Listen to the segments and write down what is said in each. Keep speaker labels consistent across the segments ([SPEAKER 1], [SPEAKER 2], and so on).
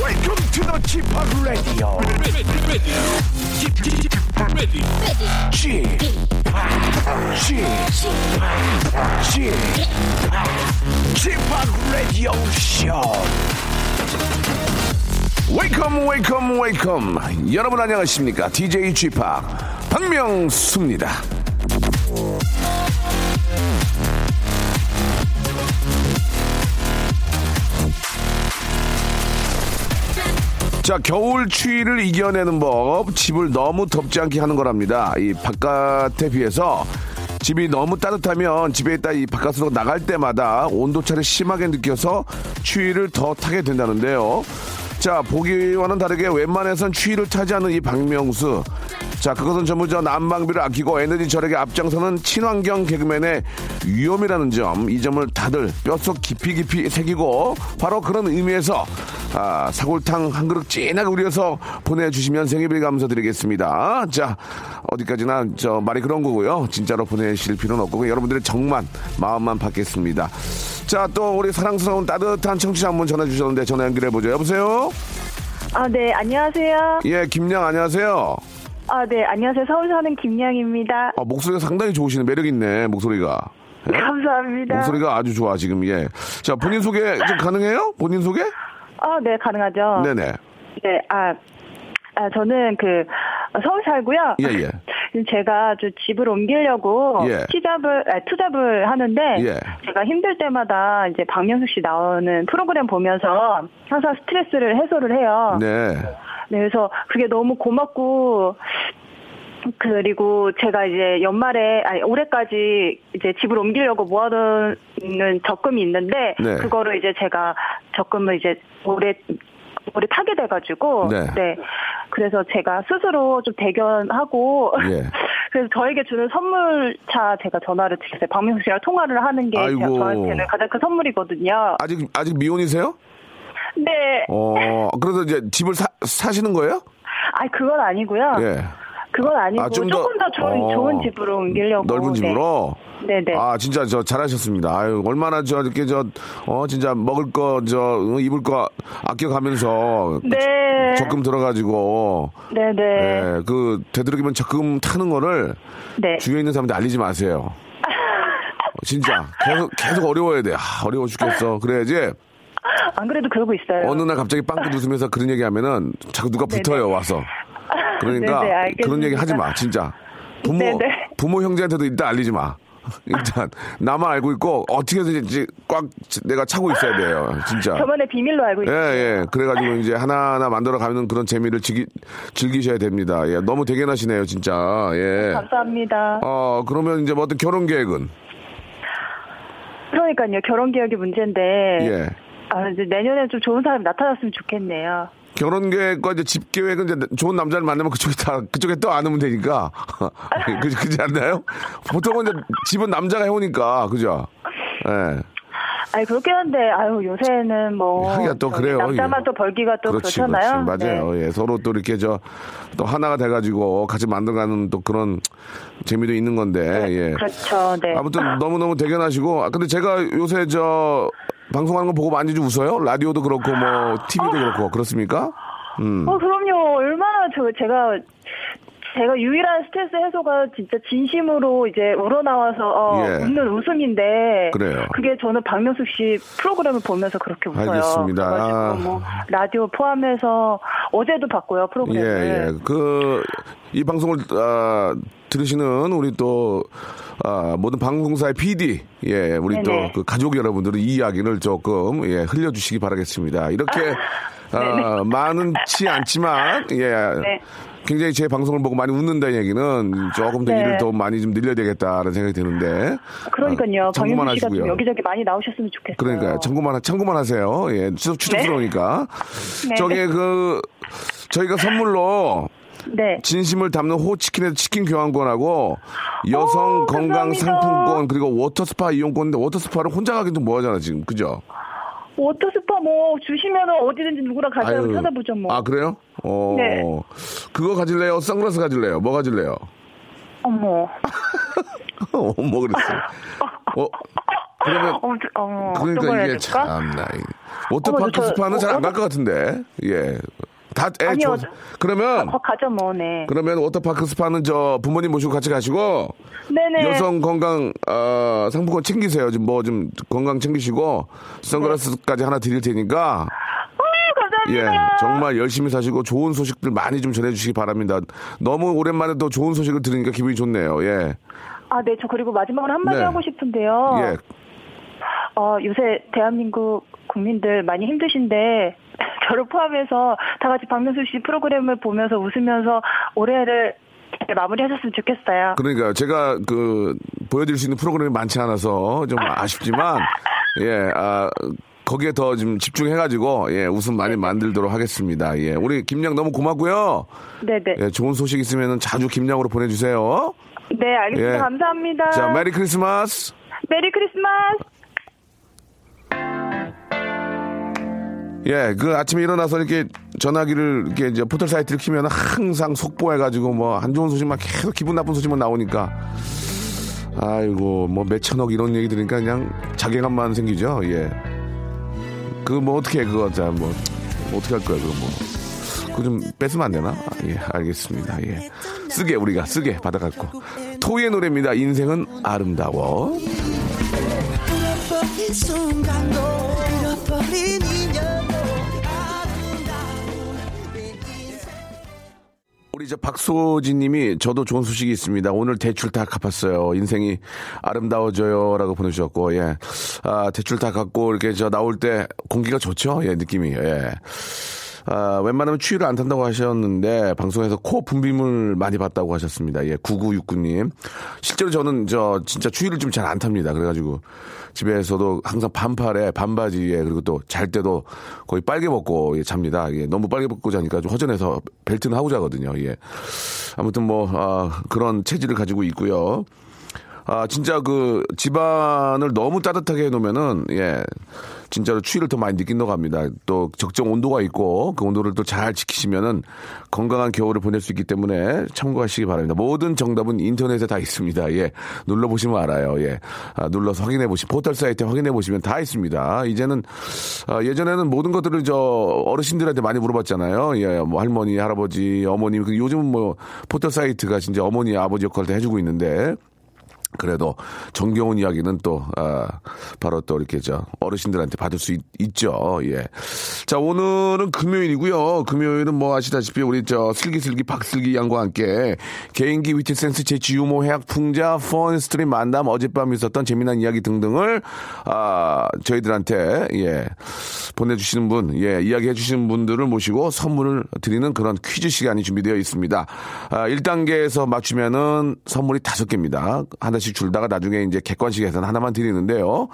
[SPEAKER 1] Welcome to the g p o p Radio. g p o p g p o p Radio Show. Welcome, welcome, welcome. 여러분 안녕하십니까? DJ g p o p 박명수입니다. 자, 겨울 추위를 이겨내는 법, 집을 너무 덥지 않게 하는 거랍니다. 이 바깥에 비해서 집이 너무 따뜻하면 집에 있다 이 바깥으로 나갈 때마다 온도차를 심하게 느껴서 추위를 더 타게 된다는데요. 자, 보기와는 다르게 웬만해선 추위를 타지 않는 이 박명수. 자, 그것은 전부 저 난방비를 아끼고 에너지 절약에 앞장서는 친환경 개그맨의 위험이라는 점, 이 점을 다들 뼛속 깊이 깊이 새기고 바로 그런 의미에서 아, 사골탕 한 그릇 진하게 우려서 보내주시면 생일비 감사드리겠습니다. 자, 어디까지나 저 말이 그런 거고요. 진짜로 보내실 필요는 없고 여러분들의 정만 마음만 받겠습니다. 자, 또 우리 사랑스러운 따뜻한 청취자 한 분 전화 주셨는데 전화 연결해 보죠. 여보세요.
[SPEAKER 2] 아, 네, 안녕하세요.
[SPEAKER 1] 예, 김양 안녕하세요.
[SPEAKER 2] 아, 네, 안녕하세요. 서울 사는 김양입니다.
[SPEAKER 1] 아, 목소리가 상당히 좋으시네. 매력 있네, 목소리가. 예?
[SPEAKER 2] 감사합니다.
[SPEAKER 1] 목소리가 아주 좋아, 지금, 예. 자, 본인 소개 좀 가능해요? 본인 소개?
[SPEAKER 2] 아, 네, 가능하죠.
[SPEAKER 1] 네네.
[SPEAKER 2] 네, 아, 아, 저는 그 서울 살고요.
[SPEAKER 1] 예, 예.
[SPEAKER 2] 제가 좀 집을 옮기려고
[SPEAKER 1] 예.
[SPEAKER 2] 투잡을 아, 투잡을 하는데
[SPEAKER 1] 예.
[SPEAKER 2] 제가 힘들 때마다 이제 박명수 씨 나오는 프로그램 보면서 항상 스트레스를 해소를 해요.
[SPEAKER 1] 네.
[SPEAKER 2] 네, 그래서 그게 너무 고맙고 그리고 제가 이제 연말에 아니 올해까지 이제 집을 옮기려고 모아두는 적금이 있는데
[SPEAKER 1] 네.
[SPEAKER 2] 그거를 이제 제가 적금을 이제 올해 올해 타게 돼가지고
[SPEAKER 1] 네.
[SPEAKER 2] 그래서 제가 스스로 좀 대견하고
[SPEAKER 1] 예.
[SPEAKER 2] 그래서 저에게 주는 선물차 제가 전화를 드렸어요 박명수 씨랑 통화를 하는 게 제가
[SPEAKER 1] 아이고.
[SPEAKER 2] 저한테는 가장 큰 선물이거든요.
[SPEAKER 1] 아직, 아직 미혼이세요?
[SPEAKER 2] 네,
[SPEAKER 1] 어, 그래서 이제 집을 사, 사시는 거예요?
[SPEAKER 2] 아 그건 아니고요.
[SPEAKER 1] 예.
[SPEAKER 2] 그건 아니고
[SPEAKER 1] 아, 좀 더-
[SPEAKER 2] 조금 더 좋은
[SPEAKER 1] 어.
[SPEAKER 2] 좋은 집으로 옮기려고
[SPEAKER 1] 넓은 집으로?
[SPEAKER 2] 네. 네네.
[SPEAKER 1] 아, 진짜 저 잘하셨습니다. 아유, 얼마나 저 이렇게 저, 어, 진짜 먹을 거, 저, 어, 입을 거 아껴가면서
[SPEAKER 2] 네.
[SPEAKER 1] 적금 들어가지고,
[SPEAKER 2] 네네.
[SPEAKER 1] 예, 그, 되도록이면 적금 타는 거를
[SPEAKER 2] 네.
[SPEAKER 1] 주위에 있는 사람한테 알리지 마세요. 어, 진짜. 계속, 계속 어려워야 돼. 아, 어려워 죽겠어. 그래야지.
[SPEAKER 2] 안 그래도 그러고 있어요.
[SPEAKER 1] 어느 날 갑자기 빵긋 웃으면서 그런 얘기 하면은 자꾸 누가 붙어요, 와서. 그러니까
[SPEAKER 2] 네네, 알겠습니다.
[SPEAKER 1] 그런 얘기 하지 마, 진짜. 부모,
[SPEAKER 2] 네네.
[SPEAKER 1] 부모 형제한테도 일단 알리지 마. 일단 나만 알고 있고 어떻게든지 꽉 내가 차고 있어야 돼요, 진짜.
[SPEAKER 2] 저만의 비밀로 알고
[SPEAKER 1] 예,
[SPEAKER 2] 있어요.
[SPEAKER 1] 예. 그래가지고 이제 하나하나 만들어 가는 그런 재미를 즐기, 즐기셔야 됩니다. 예. 너무 대견하시네요, 진짜. 예.
[SPEAKER 2] 감사합니다.
[SPEAKER 1] 어, 그러면 이제 뭐 어떤 결혼 계획은?
[SPEAKER 2] 그러니까요. 결혼 계획이 문제인데.
[SPEAKER 1] 예.
[SPEAKER 2] 아, 이제 내년에 좀 좋은 사람이 나타났으면 좋겠네요.
[SPEAKER 1] 결혼 계획과 이제 집 계획은 이제 좋은 남자를 만나면 그쪽에 다 그쪽에 또 안으면 되니까 그지 그지 않나요? 보통은 이제 집은 남자가 해오니까 그죠? 예.
[SPEAKER 2] 아니, 그렇긴 한데, 아유, 요새는 뭐.
[SPEAKER 1] 하기가 또
[SPEAKER 2] 저기
[SPEAKER 1] 그래요.
[SPEAKER 2] 남자만
[SPEAKER 1] 이게.
[SPEAKER 2] 또 벌기가 또
[SPEAKER 1] 그렇지,
[SPEAKER 2] 렇잖아요 네.
[SPEAKER 1] 그렇지. 맞아요. 예, 서로 또 이렇게 저 또 하나가 돼가지고 같이 만들어가는 또 그런 재미도 있는 건데. 예.
[SPEAKER 2] 그렇죠. 네.
[SPEAKER 1] 아무튼 너무 너무 대견하시고. 아 근데 제가 요새 저 방송하는 거 보고 많이 좀 웃어요. 라디오도 그렇고 뭐 TV도 그렇고 그렇습니까? 음.
[SPEAKER 2] 어, 그럼요. 얼마나 저, 제가, 제가 유일한 스트레스 해소가 진짜 진심으로 이제 우러나와서 어,
[SPEAKER 1] 예.
[SPEAKER 2] 웃는 웃음인데.
[SPEAKER 1] 그래요.
[SPEAKER 2] 게 저는 박명수 씨 프로그램을 보면서 그렇게 웃어요.
[SPEAKER 1] 알겠습니다. 아.
[SPEAKER 2] 그래가지고 뭐 라디오 포함해서 어제도 봤고요,
[SPEAKER 1] 예,
[SPEAKER 2] 프로그램을.
[SPEAKER 1] 예. 그, 이 방송을, 아, 들으시는 우리 또, 아, 모든 방송사의 PD, 예, 우리
[SPEAKER 2] 네네.
[SPEAKER 1] 또 그 가족 여러분들은 이 이야기를 조금, 예, 흘려주시기 바라겠습니다. 이렇게, 아, 많은지 않지만, 예.
[SPEAKER 2] 네.
[SPEAKER 1] 굉장히 제 방송을 보고 많이 웃는다는 얘기는 조금 더
[SPEAKER 2] 네.
[SPEAKER 1] 일을 더 많이 좀 늘려야 되겠다라는 생각이 드는데.
[SPEAKER 2] 그러니까요.
[SPEAKER 1] 아, 참고만
[SPEAKER 2] 박명수 씨가
[SPEAKER 1] 하시고요.
[SPEAKER 2] 좀 여기저기 많이 나오셨으면 좋겠어요.
[SPEAKER 1] 그러니까요. 참고만, 참고만 하세요. 예. 추적, 추적스러우니까.
[SPEAKER 2] 네.
[SPEAKER 1] 저기 그, 저희가 선물로
[SPEAKER 2] 네.
[SPEAKER 1] 진심을 담는 호치킨에서 치킨 교환권하고 여성 건강
[SPEAKER 2] 오, 어, 감사합니다.
[SPEAKER 1] 상품권 그리고 워터스파 이용권인데 워터스파를 혼자 가긴 좀 뭐하잖아 지금 그죠?
[SPEAKER 2] 워터스파 뭐 주시면 어디든지 누구랑 가자고
[SPEAKER 1] 아유.
[SPEAKER 2] 찾아보죠 뭐.
[SPEAKER 1] 아 그래요? 어
[SPEAKER 2] 네.
[SPEAKER 1] 그거 가질래요? 선글라스 가질래요? 뭐 가질래요?
[SPEAKER 2] 어머.
[SPEAKER 1] 어, 뭐 그랬어? 어 그러면
[SPEAKER 2] 어머, 저- 어머. 어떤 걸
[SPEAKER 1] 그러니까
[SPEAKER 2] 해야
[SPEAKER 1] 이게
[SPEAKER 2] 될까?
[SPEAKER 1] 참나 이
[SPEAKER 2] 어머,
[SPEAKER 1] 워터파크
[SPEAKER 2] 저-
[SPEAKER 1] 스파는 잘 안
[SPEAKER 2] 어,
[SPEAKER 1] 갈 것 같은데 예. 다, 애
[SPEAKER 2] 아니요.
[SPEAKER 1] 좋아서. 그러면,
[SPEAKER 2] 어, 가죠 뭐. 네.
[SPEAKER 1] 그러면 워터파크 스파는 저 부모님 모시고 같이 가시고,
[SPEAKER 2] 네네.
[SPEAKER 1] 그 여성 건강 어, 상품권 챙기세요. 좀 뭐 좀 건강 챙기시고 선글라스까지 하나 드릴 테니까 예
[SPEAKER 2] 감사합니다.
[SPEAKER 1] 정말 열심히 사시고 좋은 소식들 많이 좀 전해주시기 바랍니다. 너무 오랜만에 또 좋은 소식을 들으니까 기분이 좋네요. 예.
[SPEAKER 2] 아, 네. 저 그리고 마지막으로 한마디
[SPEAKER 1] 네.
[SPEAKER 2] 하고 싶은데요.
[SPEAKER 1] 예.
[SPEAKER 2] 어, 요새 대한민국 국민들 많이 힘드신데 저를 포함해서 다 같이 박명수 씨 프로그램을 보면서 웃으면서 올해를 이렇게 마무리하셨으면 좋겠어요.
[SPEAKER 1] 그러니까 제가 그 보여드릴 수 있는 프로그램이 많지 않아서 좀 아쉽지만 예. 아 거기에 더 좀 집중해가지고 예 웃음 많이 만들도록 하겠습니다. 예 우리 김양 너무 고맙고요.
[SPEAKER 2] 네네.
[SPEAKER 1] 예 좋은 소식 있으면 자주 김양으로 보내주세요.
[SPEAKER 2] 네, 알겠습니다.
[SPEAKER 1] 예.
[SPEAKER 2] 감사합니다.
[SPEAKER 1] 자, 메리 크리스마스.
[SPEAKER 2] 메리 크리스마스.
[SPEAKER 1] 예, 그 아침에 일어나서 이렇게 전화기를 이렇게 이제 포털 사이트를 키면 항상 속보해가지고 뭐 안 좋은 소식만 계속 기분 나쁜 소식만 나오니까 아이고 뭐 몇천억 이런 얘기 들으니까 그냥 자괴감만 생기죠. 예, 그 뭐 어떻게 해, 그거 자뭐 어떻게 할 거야 그거 뭐 그거 좀 뺏으면 안 되나? 아, 예, 알겠습니다. 예, 쓰게 우리가 쓰게 받아갖고 토이의 노래입니다. 인생은 아름다워.
[SPEAKER 3] 잃어버린 순간도 잃어버린 인연도 아름다운 내 인생
[SPEAKER 1] 우리 저 박소진님이 저도 좋은 소식이 있습니다. 오늘 대출 다 갚았어요. 인생이 아름다워져요라고 보내주셨고 예, 아 대출 다 갚고 이렇게 저 나올 때 공기가 좋죠. 예, 느낌이 예. 아, 웬만하면 추위를 안 탄다고 하셨는데 방송에서 코 분비물 많이 봤다고 하셨습니다. 예, 9969님. 실제로 저는 저 진짜 추위를 좀 잘 안 탑니다. 그래가지고 집에서도 항상 반팔에 반바지에 그리고 또 잘 때도 거의 빨개 벗고 예, 잡니다. 예, 너무 빨개 벗고 자니까 좀 허전해서 벨트는 하고 자거든요. 예. 아무튼 뭐 아, 그런 체질을 가지고 있고요. 아, 진짜 그 집안을 너무 따뜻하게 해놓으면은, 예, 진짜로 추위를 더 많이 느낀다고 합니다. 또 적정 온도가 있고 그 온도를 또 잘 지키시면은 건강한 겨울을 보낼 수 있기 때문에 참고하시기 바랍니다. 모든 정답은 인터넷에 다 있습니다. 예, 눌러보시면 알아요. 예, 아, 눌러서 확인해보시, 포털 사이트 확인해보시면 다 있습니다. 이제는, 아, 예전에는 모든 것들을 저 어르신들한테 많이 물어봤잖아요. 예, 뭐 할머니, 할아버지, 어머님. 그 요즘은 뭐 포털 사이트가 진짜 어머니, 아버지 역할을 다 해주고 있는데, 그래도 정겨운 이야기는 또 아, 바로 또 이렇게 저 어르신들한테 받을 수 있, 죠 예. 자 오늘은 금요일이고요. 금요일은 뭐 아시다시피 우리 저 슬기슬기 박슬기 양과 함께 개인기 위트 센스 재치 유머 해학 풍자 펀 스트림 만남 어젯밤 있었던 재미난 이야기 등등을 아 저희들한테 예 보내주시는 분, 예, 이야기 해주시는 분들을 모시고 선물을 드리는 그런 퀴즈 시간이 준비되어 있습니다. 아, 1단계에서 맞추면은 선물이 다섯 개입니다 하나씩 줄다가 나중에 이제 객관식에서는 하나만 드리는데요.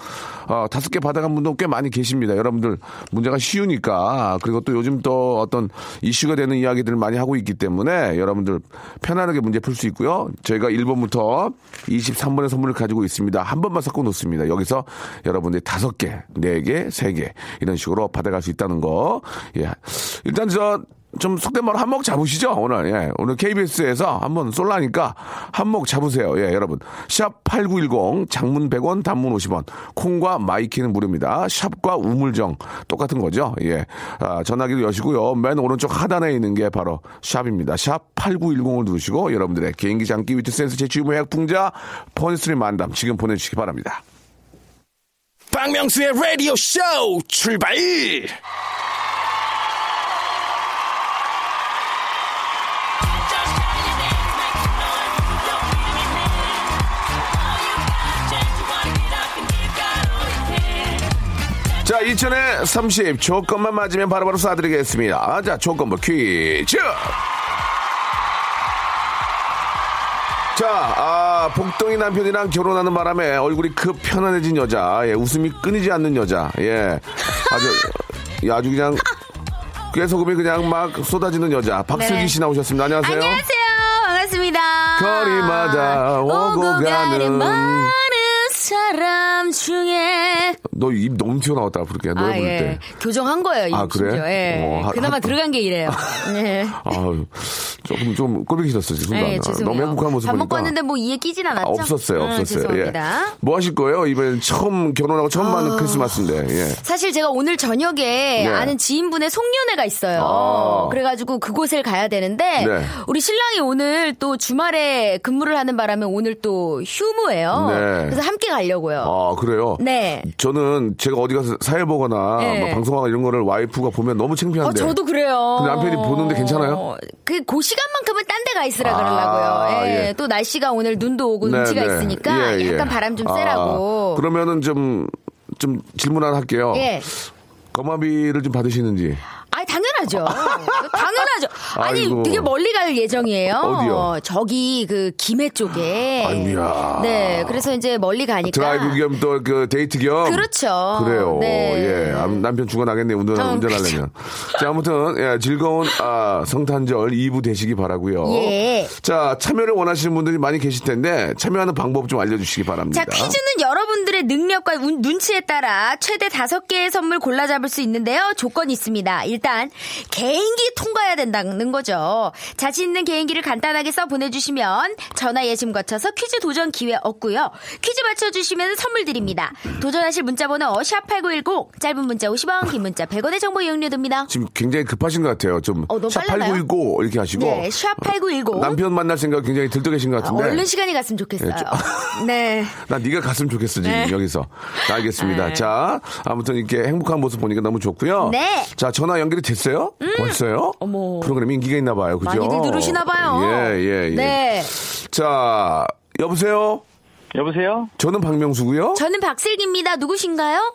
[SPEAKER 1] 아, 다섯 개 받아간 분도 꽤 많이 계십니다. 여러분들 문제가 쉬우니까 그리고 또 요즘 또 어떤 이슈가 되는 이야기들을 많이 하고 있기 때문에 여러분들 편안하게 문제 풀 수 있고요. 저희가 1번부터 23번의 선물을 가지고 있습니다. 한 번만 섞어 놓습니다. 여기서 여러분들이 다섯 개, 네 개, 세 개 이런 식으로 받아갈 수 있다는 거. 예. 일단 저 좀 속된 말로 한몫 잡으시죠 오늘 예 오늘 KBS에서 한번 쏠라니까 한몫 잡으세요 예 여러분 샵8910 장문 100원 단문 50원 콩과 마이키는 무료입니다 샵과 우물정 똑같은 거죠 예 아, 전화기를 여시고요 맨 오른쪽 하단에 있는 게 바로 샵입니다 샵 8910을 누르시고 여러분들의 개인기 장기 위트 센스 제취 유모 해약 풍자 펀스트리 만담 지금 보내주시기 바랍니다
[SPEAKER 4] 박명수의 라디오 쇼 출발!
[SPEAKER 1] 자, 2000에 30 조건만 맞으면 바로바로 쏴드리겠습니다. 자, 조건부 퀴즈. 자, 아, 복덩이 남편이랑 결혼하는 바람에 얼굴이 급 편안해진 여자, 예, 웃음이 끊이지 않는 여자, 예. 아주, 예, 아주 그냥, 꾀소금이 그냥 막 쏟아지는 여자, 박슬기
[SPEAKER 5] 네.
[SPEAKER 1] 씨 나오셨습니다. 안녕하세요.
[SPEAKER 5] 안녕하세요. 반갑습니다.
[SPEAKER 1] 거리마다 오고 가는
[SPEAKER 5] 많은 사람 중에
[SPEAKER 1] 너 입 너무 튀어나왔다, 그렇게, 노래
[SPEAKER 5] 아,
[SPEAKER 1] 부를
[SPEAKER 5] 예.
[SPEAKER 1] 때.
[SPEAKER 5] 교정한 거예요. 이
[SPEAKER 1] 아, 그래?
[SPEAKER 5] 심지어. 예.
[SPEAKER 1] 어, 하-
[SPEAKER 5] 그나마
[SPEAKER 1] 하-
[SPEAKER 5] 들어간 게 이래요. 예.
[SPEAKER 1] 아유, 조금, 좀 꼬비기 싫었어, 지금. 아,
[SPEAKER 5] 예, 죄송해요.
[SPEAKER 1] 너무 행복한 모습
[SPEAKER 5] 밥
[SPEAKER 1] 보니까.
[SPEAKER 5] 먹고 왔는데 뭐 이에 끼진
[SPEAKER 1] 아,
[SPEAKER 5] 않았죠?
[SPEAKER 1] 없었어요,
[SPEAKER 5] 음,
[SPEAKER 1] 없었어요. 예.
[SPEAKER 5] 죄송합니다. 아.
[SPEAKER 1] 뭐 하실 거예요? 이번엔 처음 결혼하고 처음 맞는 크리스마스인데, 예.
[SPEAKER 5] 사실 제가 오늘 저녁에
[SPEAKER 1] 네.
[SPEAKER 5] 아는 지인분의 송년회가 있어요.
[SPEAKER 1] 아.
[SPEAKER 5] 그래가지고 그곳을 가야 되는데
[SPEAKER 1] 네.
[SPEAKER 5] 우리 신랑이 오늘 또 주말에 근무를 하는 바람에 오늘 또 휴무예요.
[SPEAKER 1] 네.
[SPEAKER 5] 그래서 함께 가려고요.
[SPEAKER 1] 아, 그래요?
[SPEAKER 5] 네.
[SPEAKER 1] 저는 제가 어디 가서 사회 보거나
[SPEAKER 5] 네.
[SPEAKER 1] 막 방송하거나 이런 거를 와이프가 보면 너무
[SPEAKER 5] 어,
[SPEAKER 1] 창피한데.
[SPEAKER 5] 저도 그래요.
[SPEAKER 1] 네. 근데 남편이 보는데 괜찮아요?
[SPEAKER 5] 그, 그 시간만큼은 딴 데 가 있으라
[SPEAKER 1] 아,
[SPEAKER 5] 그러려고요. 예.
[SPEAKER 1] 예.
[SPEAKER 5] 또 날씨가 오늘 눈도 오고
[SPEAKER 1] 네,
[SPEAKER 5] 눈치가
[SPEAKER 1] 네.
[SPEAKER 5] 있으니까
[SPEAKER 1] 예, 예.
[SPEAKER 5] 약간 바람 좀
[SPEAKER 1] 아,
[SPEAKER 5] 쐬라고.
[SPEAKER 1] 그러면은 좀, 좀 질문 하나 할게요.
[SPEAKER 5] 예.
[SPEAKER 1] 거마비를 좀 받으시는지.
[SPEAKER 5] 아, 당연하죠. 당연하죠. 아니,
[SPEAKER 1] 아이고.
[SPEAKER 5] 되게 멀리 갈 예정이에요.
[SPEAKER 1] 어디요?
[SPEAKER 5] 저기 그 김해 쪽에.
[SPEAKER 1] 아이고야.
[SPEAKER 5] 네, 그래서 이제 멀리 가니까.
[SPEAKER 1] 드라이브 겸 또 그 데이트 겸.
[SPEAKER 5] 그렇죠.
[SPEAKER 1] 그래요.
[SPEAKER 5] 네.
[SPEAKER 1] 예. 아, 남편 죽어나겠네, 운전,
[SPEAKER 5] 어,
[SPEAKER 1] 운전하려면. 자, 아무튼, 예, 즐거운, 아, 성탄절 2부 되시기 바라고요
[SPEAKER 5] 예.
[SPEAKER 1] 자, 참여를 원하시는 분들이 많이 계실 텐데, 참여하는 방법 좀 알려주시기 바랍니다.
[SPEAKER 5] 자, 퀴즈는 여러분들의 능력과 운- 눈치에 따라 최대 다섯 개의 선물 골라 잡을 수 있는데요. 조건이 있습니다. 일단 개인기 통과해야 된다는 거죠. 자신 있는 개인기를 간단하게 써 보내주시면 전화 예심 거쳐서 퀴즈 도전 기회 얻고요. 퀴즈 맞춰주시면 선물 드립니다. 도전하실 문자번호 샵8910 짧은 문자 50원 긴 문자 100원의 정보 이용료 듭니다.
[SPEAKER 1] 지금 굉장히 급하신 것 같아요. 좀.
[SPEAKER 5] 어, 너무 빨랐나요?
[SPEAKER 1] 샵8910 이렇게 하시고.
[SPEAKER 5] 네, 샵8910
[SPEAKER 1] 남편 만날 생각 굉장히 들떠 계신 것
[SPEAKER 5] 아,
[SPEAKER 1] 같은데.
[SPEAKER 5] 얼른 시간이 갔으면 좋겠어요. 네.
[SPEAKER 1] 나 네. 네가 갔으면 좋겠어 지금
[SPEAKER 5] 네. 아.
[SPEAKER 1] 여기서 알겠습니다. 자 아무튼 이렇게 행복한 모습 보니까 너무 좋고요.
[SPEAKER 5] 네. 음.
[SPEAKER 1] 자 전화 연결이 됐어요? 벌써요?
[SPEAKER 5] 어머.
[SPEAKER 1] 프로그램 인기가 있나 봐요. 그죠?
[SPEAKER 5] 많이들 누르시나 봐요.
[SPEAKER 1] 예예 예, 예.
[SPEAKER 5] 네.
[SPEAKER 1] 자 여보세요.
[SPEAKER 6] 여보세요?
[SPEAKER 1] 저는 박명수고요.
[SPEAKER 5] 저는 박슬기입니다. 누구신가요?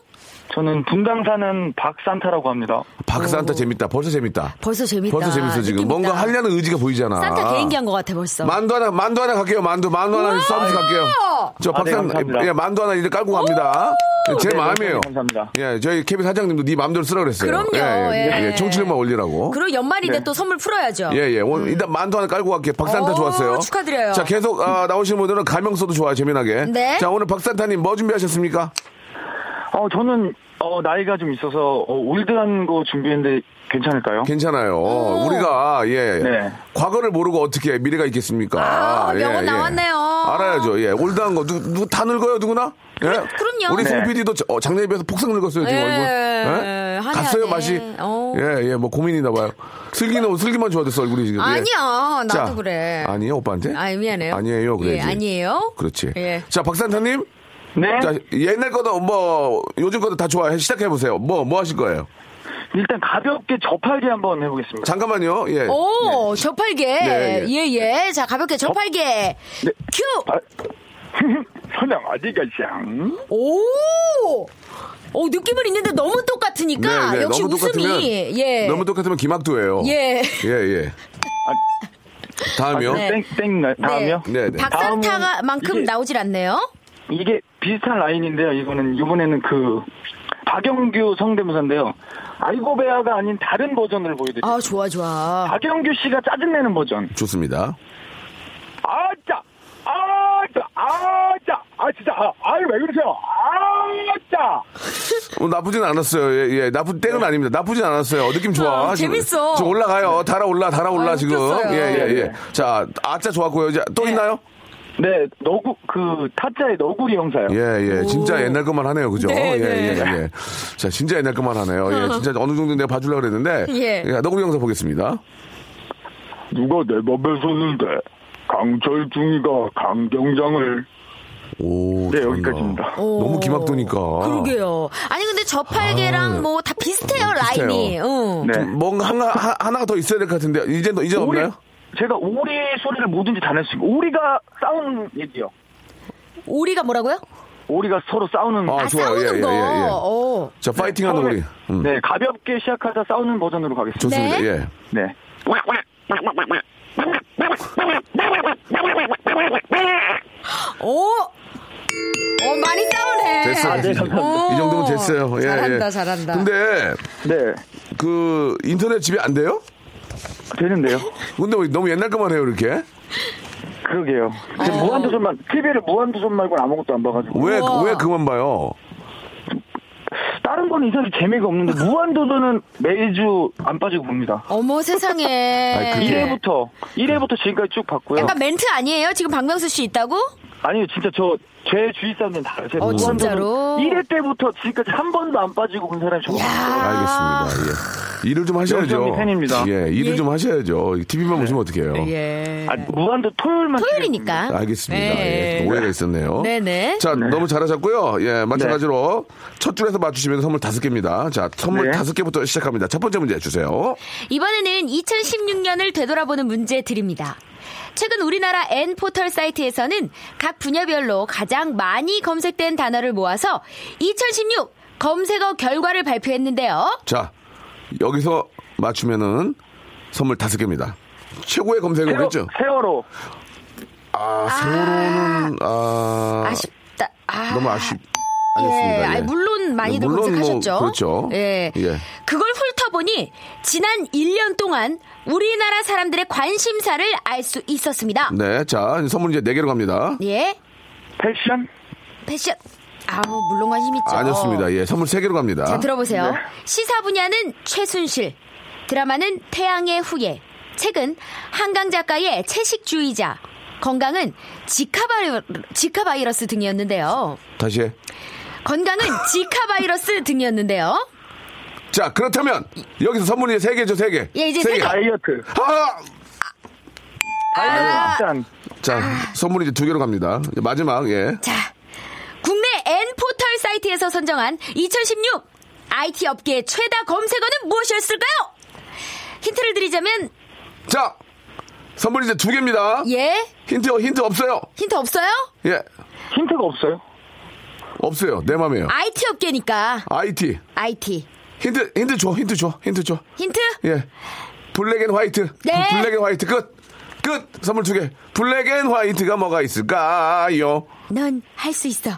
[SPEAKER 6] 저는 분당 사는 박산타라고 합니다.
[SPEAKER 1] 박산타 재밌다. 벌써 재밌다.
[SPEAKER 5] 어. 벌써 재밌다.
[SPEAKER 1] 벌써 재밌어 지금.
[SPEAKER 5] 느낌
[SPEAKER 1] 뭔가
[SPEAKER 5] 있다.
[SPEAKER 1] 하려는 의지가 보이잖아.
[SPEAKER 5] 산타 개인기 한 것 같아 벌써.
[SPEAKER 1] 만두 하나, 만두 하나 갈게요, 만두. 만두 하나 서비스 갈게요. 저
[SPEAKER 6] 아, 네,
[SPEAKER 1] 박상,
[SPEAKER 6] 감사합니다.
[SPEAKER 1] 예, 만두 하나 이제 깔고 갑니다. 예, 제
[SPEAKER 6] 네,
[SPEAKER 1] 마음이에요.
[SPEAKER 6] 감사합니다.
[SPEAKER 1] 예, 저희 케빈 사장님도 네 마음대로 쓰라고 그랬어요.
[SPEAKER 5] 그럼요,
[SPEAKER 1] 예, 예.
[SPEAKER 5] 예.
[SPEAKER 1] 예, 청취율만 올리라고.
[SPEAKER 5] 그럼 연말인데
[SPEAKER 6] 네.
[SPEAKER 5] 또 선물 풀어야죠.
[SPEAKER 1] 예, 예. 오늘 일단 만두 하나 깔고 갈게요. 박산타
[SPEAKER 5] 음. 오,
[SPEAKER 1] 좋았어요.
[SPEAKER 5] 축하드려요.
[SPEAKER 1] 자, 계속 아, 나오시는 분들은 가명서도 좋아요, 재미나게.
[SPEAKER 5] 네.
[SPEAKER 1] 자, 오늘 박산타님 뭐 준비하셨습니까?
[SPEAKER 6] 어, 저는, 어, 나이가 좀 있어서, 어, 올드한 거 준비했는데 괜찮을까요?
[SPEAKER 1] 괜찮아요. 우리가, 예.
[SPEAKER 6] 네.
[SPEAKER 1] 과거를 모르고 어떻게 미래가 있겠습니까? 예,
[SPEAKER 5] 아, 명언 나왔네요.
[SPEAKER 1] 알아야죠. 예. 올드한 거. 누, 누구 다 늙어요, 누구나? 예.
[SPEAKER 5] 그럼요.
[SPEAKER 1] 우리
[SPEAKER 5] 네.
[SPEAKER 1] 송 PD도 작년에 비해서 폭삭 늙었어요, 지금
[SPEAKER 5] 예,
[SPEAKER 1] 얼굴.
[SPEAKER 5] 예, 하네,
[SPEAKER 1] 갔어요,
[SPEAKER 5] 하네.
[SPEAKER 1] 맛이.
[SPEAKER 5] 어.
[SPEAKER 1] 예, 예. 뭐 고민이나 봐요. 슬기는, 슬기만 좋아졌어, 얼굴이 지금. 예.
[SPEAKER 5] 아니야, 나도
[SPEAKER 1] 자,
[SPEAKER 5] 그래.
[SPEAKER 1] 아니에요, 오빠한테?
[SPEAKER 5] 아, 미안해요.
[SPEAKER 1] 아니에요, 그래.
[SPEAKER 5] 예, 아니에요.
[SPEAKER 1] 그렇지.
[SPEAKER 5] 예.
[SPEAKER 1] 자, 박산타님.
[SPEAKER 6] 네?
[SPEAKER 1] 자, 옛날 거도 뭐, 요즘 거도 다 좋아요. 시작해보세요. 뭐, 뭐 하실 거예요?
[SPEAKER 6] 일단 가볍게 저팔기 한번 해보겠습니다.
[SPEAKER 1] 잠깐만요. 예.
[SPEAKER 5] 오, 저팔계.
[SPEAKER 1] 네,
[SPEAKER 5] 예예. 자, 가볍게 저팔계. 큐.
[SPEAKER 6] 아, 선영, 어디가 샹?
[SPEAKER 5] 오. 오, 느낌은 있는데 너무 똑같으니까
[SPEAKER 1] 네,
[SPEAKER 5] 역시 웃음이 예.
[SPEAKER 1] 너무 똑같으면 기막도예요.
[SPEAKER 5] 예.
[SPEAKER 1] 예, 예. 다음이요.
[SPEAKER 5] 네.
[SPEAKER 6] 아, 땡, 땡, 나- 다음이요?
[SPEAKER 1] 네. 네, 네.
[SPEAKER 5] 박산타만큼
[SPEAKER 6] 다음은 이게-
[SPEAKER 5] 나오질 않네요.
[SPEAKER 6] 이게 비슷한 라인인데요. 이거는, 이번에는 그, 박영규 성대모사인데요. 아이고 베아가 아닌 다른 버전을 보여드릴게요.
[SPEAKER 5] 아, 좋아 좋아.
[SPEAKER 6] 박영규 씨가 짜증내는 버전.
[SPEAKER 1] 좋습니다.
[SPEAKER 6] 아짜! 아짜! 아짜! 아, 진짜. 아, 아니, 왜 그러세요? 아짜!
[SPEAKER 1] 어, 나쁘진 않았어요. 예, 예. 나쁜 땡은 아닙니다. 나쁘진 않았어요. 어, 느낌 좋아.
[SPEAKER 5] 아,
[SPEAKER 1] 지금.
[SPEAKER 5] 재밌어.
[SPEAKER 1] 지금 올라가요. 달아올라, 달아올라,
[SPEAKER 5] 아,
[SPEAKER 1] 지금.
[SPEAKER 5] 웃겼어요. 네.
[SPEAKER 1] 예, 예, 예. 자, 아짜 좋았고요. 이제 또 있나요?
[SPEAKER 6] 네, 너구, 그, 타짜의 너구리 형사요.
[SPEAKER 1] 예, 예. 진짜
[SPEAKER 5] 오.
[SPEAKER 1] 옛날 것만 하네요. 그죠?
[SPEAKER 5] 네,
[SPEAKER 1] 예,
[SPEAKER 5] 네.
[SPEAKER 1] 예, 예. 자, 진짜 옛날 것만 하네요. 예, 진짜 어느 정도 내가 봐주려고 그랬는데.
[SPEAKER 5] 예.
[SPEAKER 1] 너구리 영상 보겠습니다.
[SPEAKER 6] 누가 내 맘에 섰는데, 강철중이가 강경장을.
[SPEAKER 1] 오.
[SPEAKER 6] 네,
[SPEAKER 1] 잘한다.
[SPEAKER 6] 여기까지입니다.
[SPEAKER 1] 너무 기막도니까.
[SPEAKER 5] 그러게요. 아니 근데 저팔계랑 뭐 다 비슷해요
[SPEAKER 1] 아. 비슷해요.
[SPEAKER 5] 라인이. 응.
[SPEAKER 6] 네.
[SPEAKER 1] 뭔가 하나, 하- 하나가 더 있어야 될 것 같은데 이제 이제 없나요?
[SPEAKER 6] 제가 오리 소리를 뭐든지 다 낼 수 있고, 오리가 싸우는 얘기요.
[SPEAKER 5] 오리가 뭐라고요?
[SPEAKER 6] 오리가 서로 싸우는.
[SPEAKER 1] 아,
[SPEAKER 5] 아,
[SPEAKER 1] 좋아요.
[SPEAKER 5] 싸우는
[SPEAKER 1] 예, 예,
[SPEAKER 5] 거.
[SPEAKER 1] 예, 예.
[SPEAKER 5] 어.
[SPEAKER 1] 자 파이팅하는 우리 음,
[SPEAKER 6] 네,
[SPEAKER 1] 예.
[SPEAKER 6] 가볍게 시작하자 싸우는 버전으로 가겠습니다.
[SPEAKER 1] 좋습니다.
[SPEAKER 5] 네.
[SPEAKER 1] 예.
[SPEAKER 6] 네.
[SPEAKER 5] 오! 오, 많이 싸우네.
[SPEAKER 1] 됐어요.
[SPEAKER 6] 네, 감사합니다.
[SPEAKER 5] 오,
[SPEAKER 1] 이 정도면 됐어요. 예,
[SPEAKER 5] 잘한다,
[SPEAKER 1] 예.
[SPEAKER 5] 잘한다.
[SPEAKER 1] 근데
[SPEAKER 6] 네,
[SPEAKER 1] 그 인터넷 집이 안 돼요?
[SPEAKER 6] 되는데요.
[SPEAKER 1] 근데 왜 너무 옛날 것만 해요 이렇게?
[SPEAKER 6] 그러게요.
[SPEAKER 5] 아.
[SPEAKER 6] 지금 무한도전만 TV를 무한도전 말고는 아무것도 안 봐가지고
[SPEAKER 1] 왜
[SPEAKER 5] 우와.
[SPEAKER 1] 왜 그만 봐요?
[SPEAKER 6] 다른 거는 이상하게 재미가 없는데
[SPEAKER 1] 아.
[SPEAKER 6] 무한도전은 매주 안 빠지고 봅니다.
[SPEAKER 5] 어머, 세상에.
[SPEAKER 1] 아이, 그게- 어. 예.
[SPEAKER 6] 1회부터 1회부터 지금까지 쭉 봤고요.
[SPEAKER 5] 네. 약간 멘트 아니에요? 지금 박명수 씨 있다고?
[SPEAKER 6] 아니요, 진짜 저 제 주위 사람들은 다 알아요. 제가
[SPEAKER 5] 어,
[SPEAKER 6] 무한도전
[SPEAKER 5] 진짜로?
[SPEAKER 6] 1회 때부터 지금까지 한 번도 안 빠지고 본 사람이
[SPEAKER 5] 아.
[SPEAKER 6] 저거 없어요.
[SPEAKER 1] 알겠습니다. 네, 예. 일을 좀 하셔야죠.
[SPEAKER 6] 영정이 팬입니다.
[SPEAKER 1] 예, 일을 좀 하셔야죠. TV만 보시면 어떡해요?
[SPEAKER 5] 예.
[SPEAKER 6] 아, 무한도 토요일만
[SPEAKER 5] 토요일이니까.
[SPEAKER 1] 알겠습니다.
[SPEAKER 5] 네.
[SPEAKER 1] 예, 오해가 있었네요.
[SPEAKER 5] 네네.
[SPEAKER 1] 자, 너무 잘하셨고요. 예, 마찬가지로 첫 줄에서 맞추시면 선물 다섯 개입니다. 자, 선물
[SPEAKER 6] 네.
[SPEAKER 1] 다섯 개부터 시작합니다. 첫 번째 문제 주세요.
[SPEAKER 5] 이번에는 2016년을 되돌아보는 문제 드립니다. 최근 우리나라 N 포털 사이트에서는 각 분야별로 가장 많이 검색된 단어를 모아서 2016 검색어 결과를 발표했는데요.
[SPEAKER 1] 자, 여기서 맞추면은 선물 다섯 개입니다. 최고의 검색을
[SPEAKER 6] 세월,
[SPEAKER 1] 했죠?
[SPEAKER 6] 세월호.
[SPEAKER 1] 아, 세월호는, 아,
[SPEAKER 5] 아쉽다. 아.
[SPEAKER 1] 너무 아쉽,
[SPEAKER 5] 예,
[SPEAKER 1] 아니었습니다.
[SPEAKER 5] 아니, 물론 많이들
[SPEAKER 1] 물론 뭐
[SPEAKER 5] 검색하셨죠.
[SPEAKER 1] 그렇죠.
[SPEAKER 5] 예.
[SPEAKER 1] 예.
[SPEAKER 5] 그걸 훑어보니 지난 1년 동안 우리나라 사람들의 관심사를 알 수 있었습니다.
[SPEAKER 1] 네, 자, 선물 이제 네 개로 갑니다.
[SPEAKER 5] 예.
[SPEAKER 6] 패션?
[SPEAKER 5] 패션. 아, 뭐 물론 관심 있죠.
[SPEAKER 1] 아니었습니다. 예, 선물 세 개로 갑니다.
[SPEAKER 5] 자, 들어보세요. 시사 분야는 최순실, 드라마는 태양의 후예, 책은 한강 작가의 채식주의자, 건강은 지카바이러, 지카바이러스 등이었는데요.
[SPEAKER 1] 다시 해.
[SPEAKER 5] 건강은 지카바이러스 등이었는데요.
[SPEAKER 1] 자, 그렇다면 여기서 선물이 이제 세 개죠, 세 개.
[SPEAKER 5] 예, 이제
[SPEAKER 1] 세
[SPEAKER 5] 세
[SPEAKER 1] 개.
[SPEAKER 5] 개.
[SPEAKER 6] 다이어트.
[SPEAKER 1] 아!
[SPEAKER 5] 아,
[SPEAKER 6] 일단
[SPEAKER 1] 자, 선물이 이제 두 개로 갑니다. 이제 마지막, 예.
[SPEAKER 5] 자, 국내 N 포털 사이트에서 선정한 2016 IT 업계의 최다 검색어는 무엇이었을까요? 힌트를 드리자면
[SPEAKER 1] 자, 선물이 이제 두 개입니다.
[SPEAKER 5] 예
[SPEAKER 1] 힌트, 힌트 없어요.
[SPEAKER 5] 힌트 없어요?
[SPEAKER 1] 예,
[SPEAKER 6] 힌트가 없어요.
[SPEAKER 1] 없어요. 내 맘이에요.
[SPEAKER 5] IT 업계니까
[SPEAKER 1] IT.
[SPEAKER 5] IT
[SPEAKER 1] 힌트, 힌트 줘, 힌트 줘, 힌트 줘.
[SPEAKER 5] 힌트
[SPEAKER 1] 예. 블랙 앤 화이트.
[SPEAKER 5] 네.
[SPEAKER 1] 블랙 앤 화이트, 끝. 끝! 선물 두 개. 블랙 앤 화이트가 뭐가 있을까요?
[SPEAKER 5] 넌 할 수 있어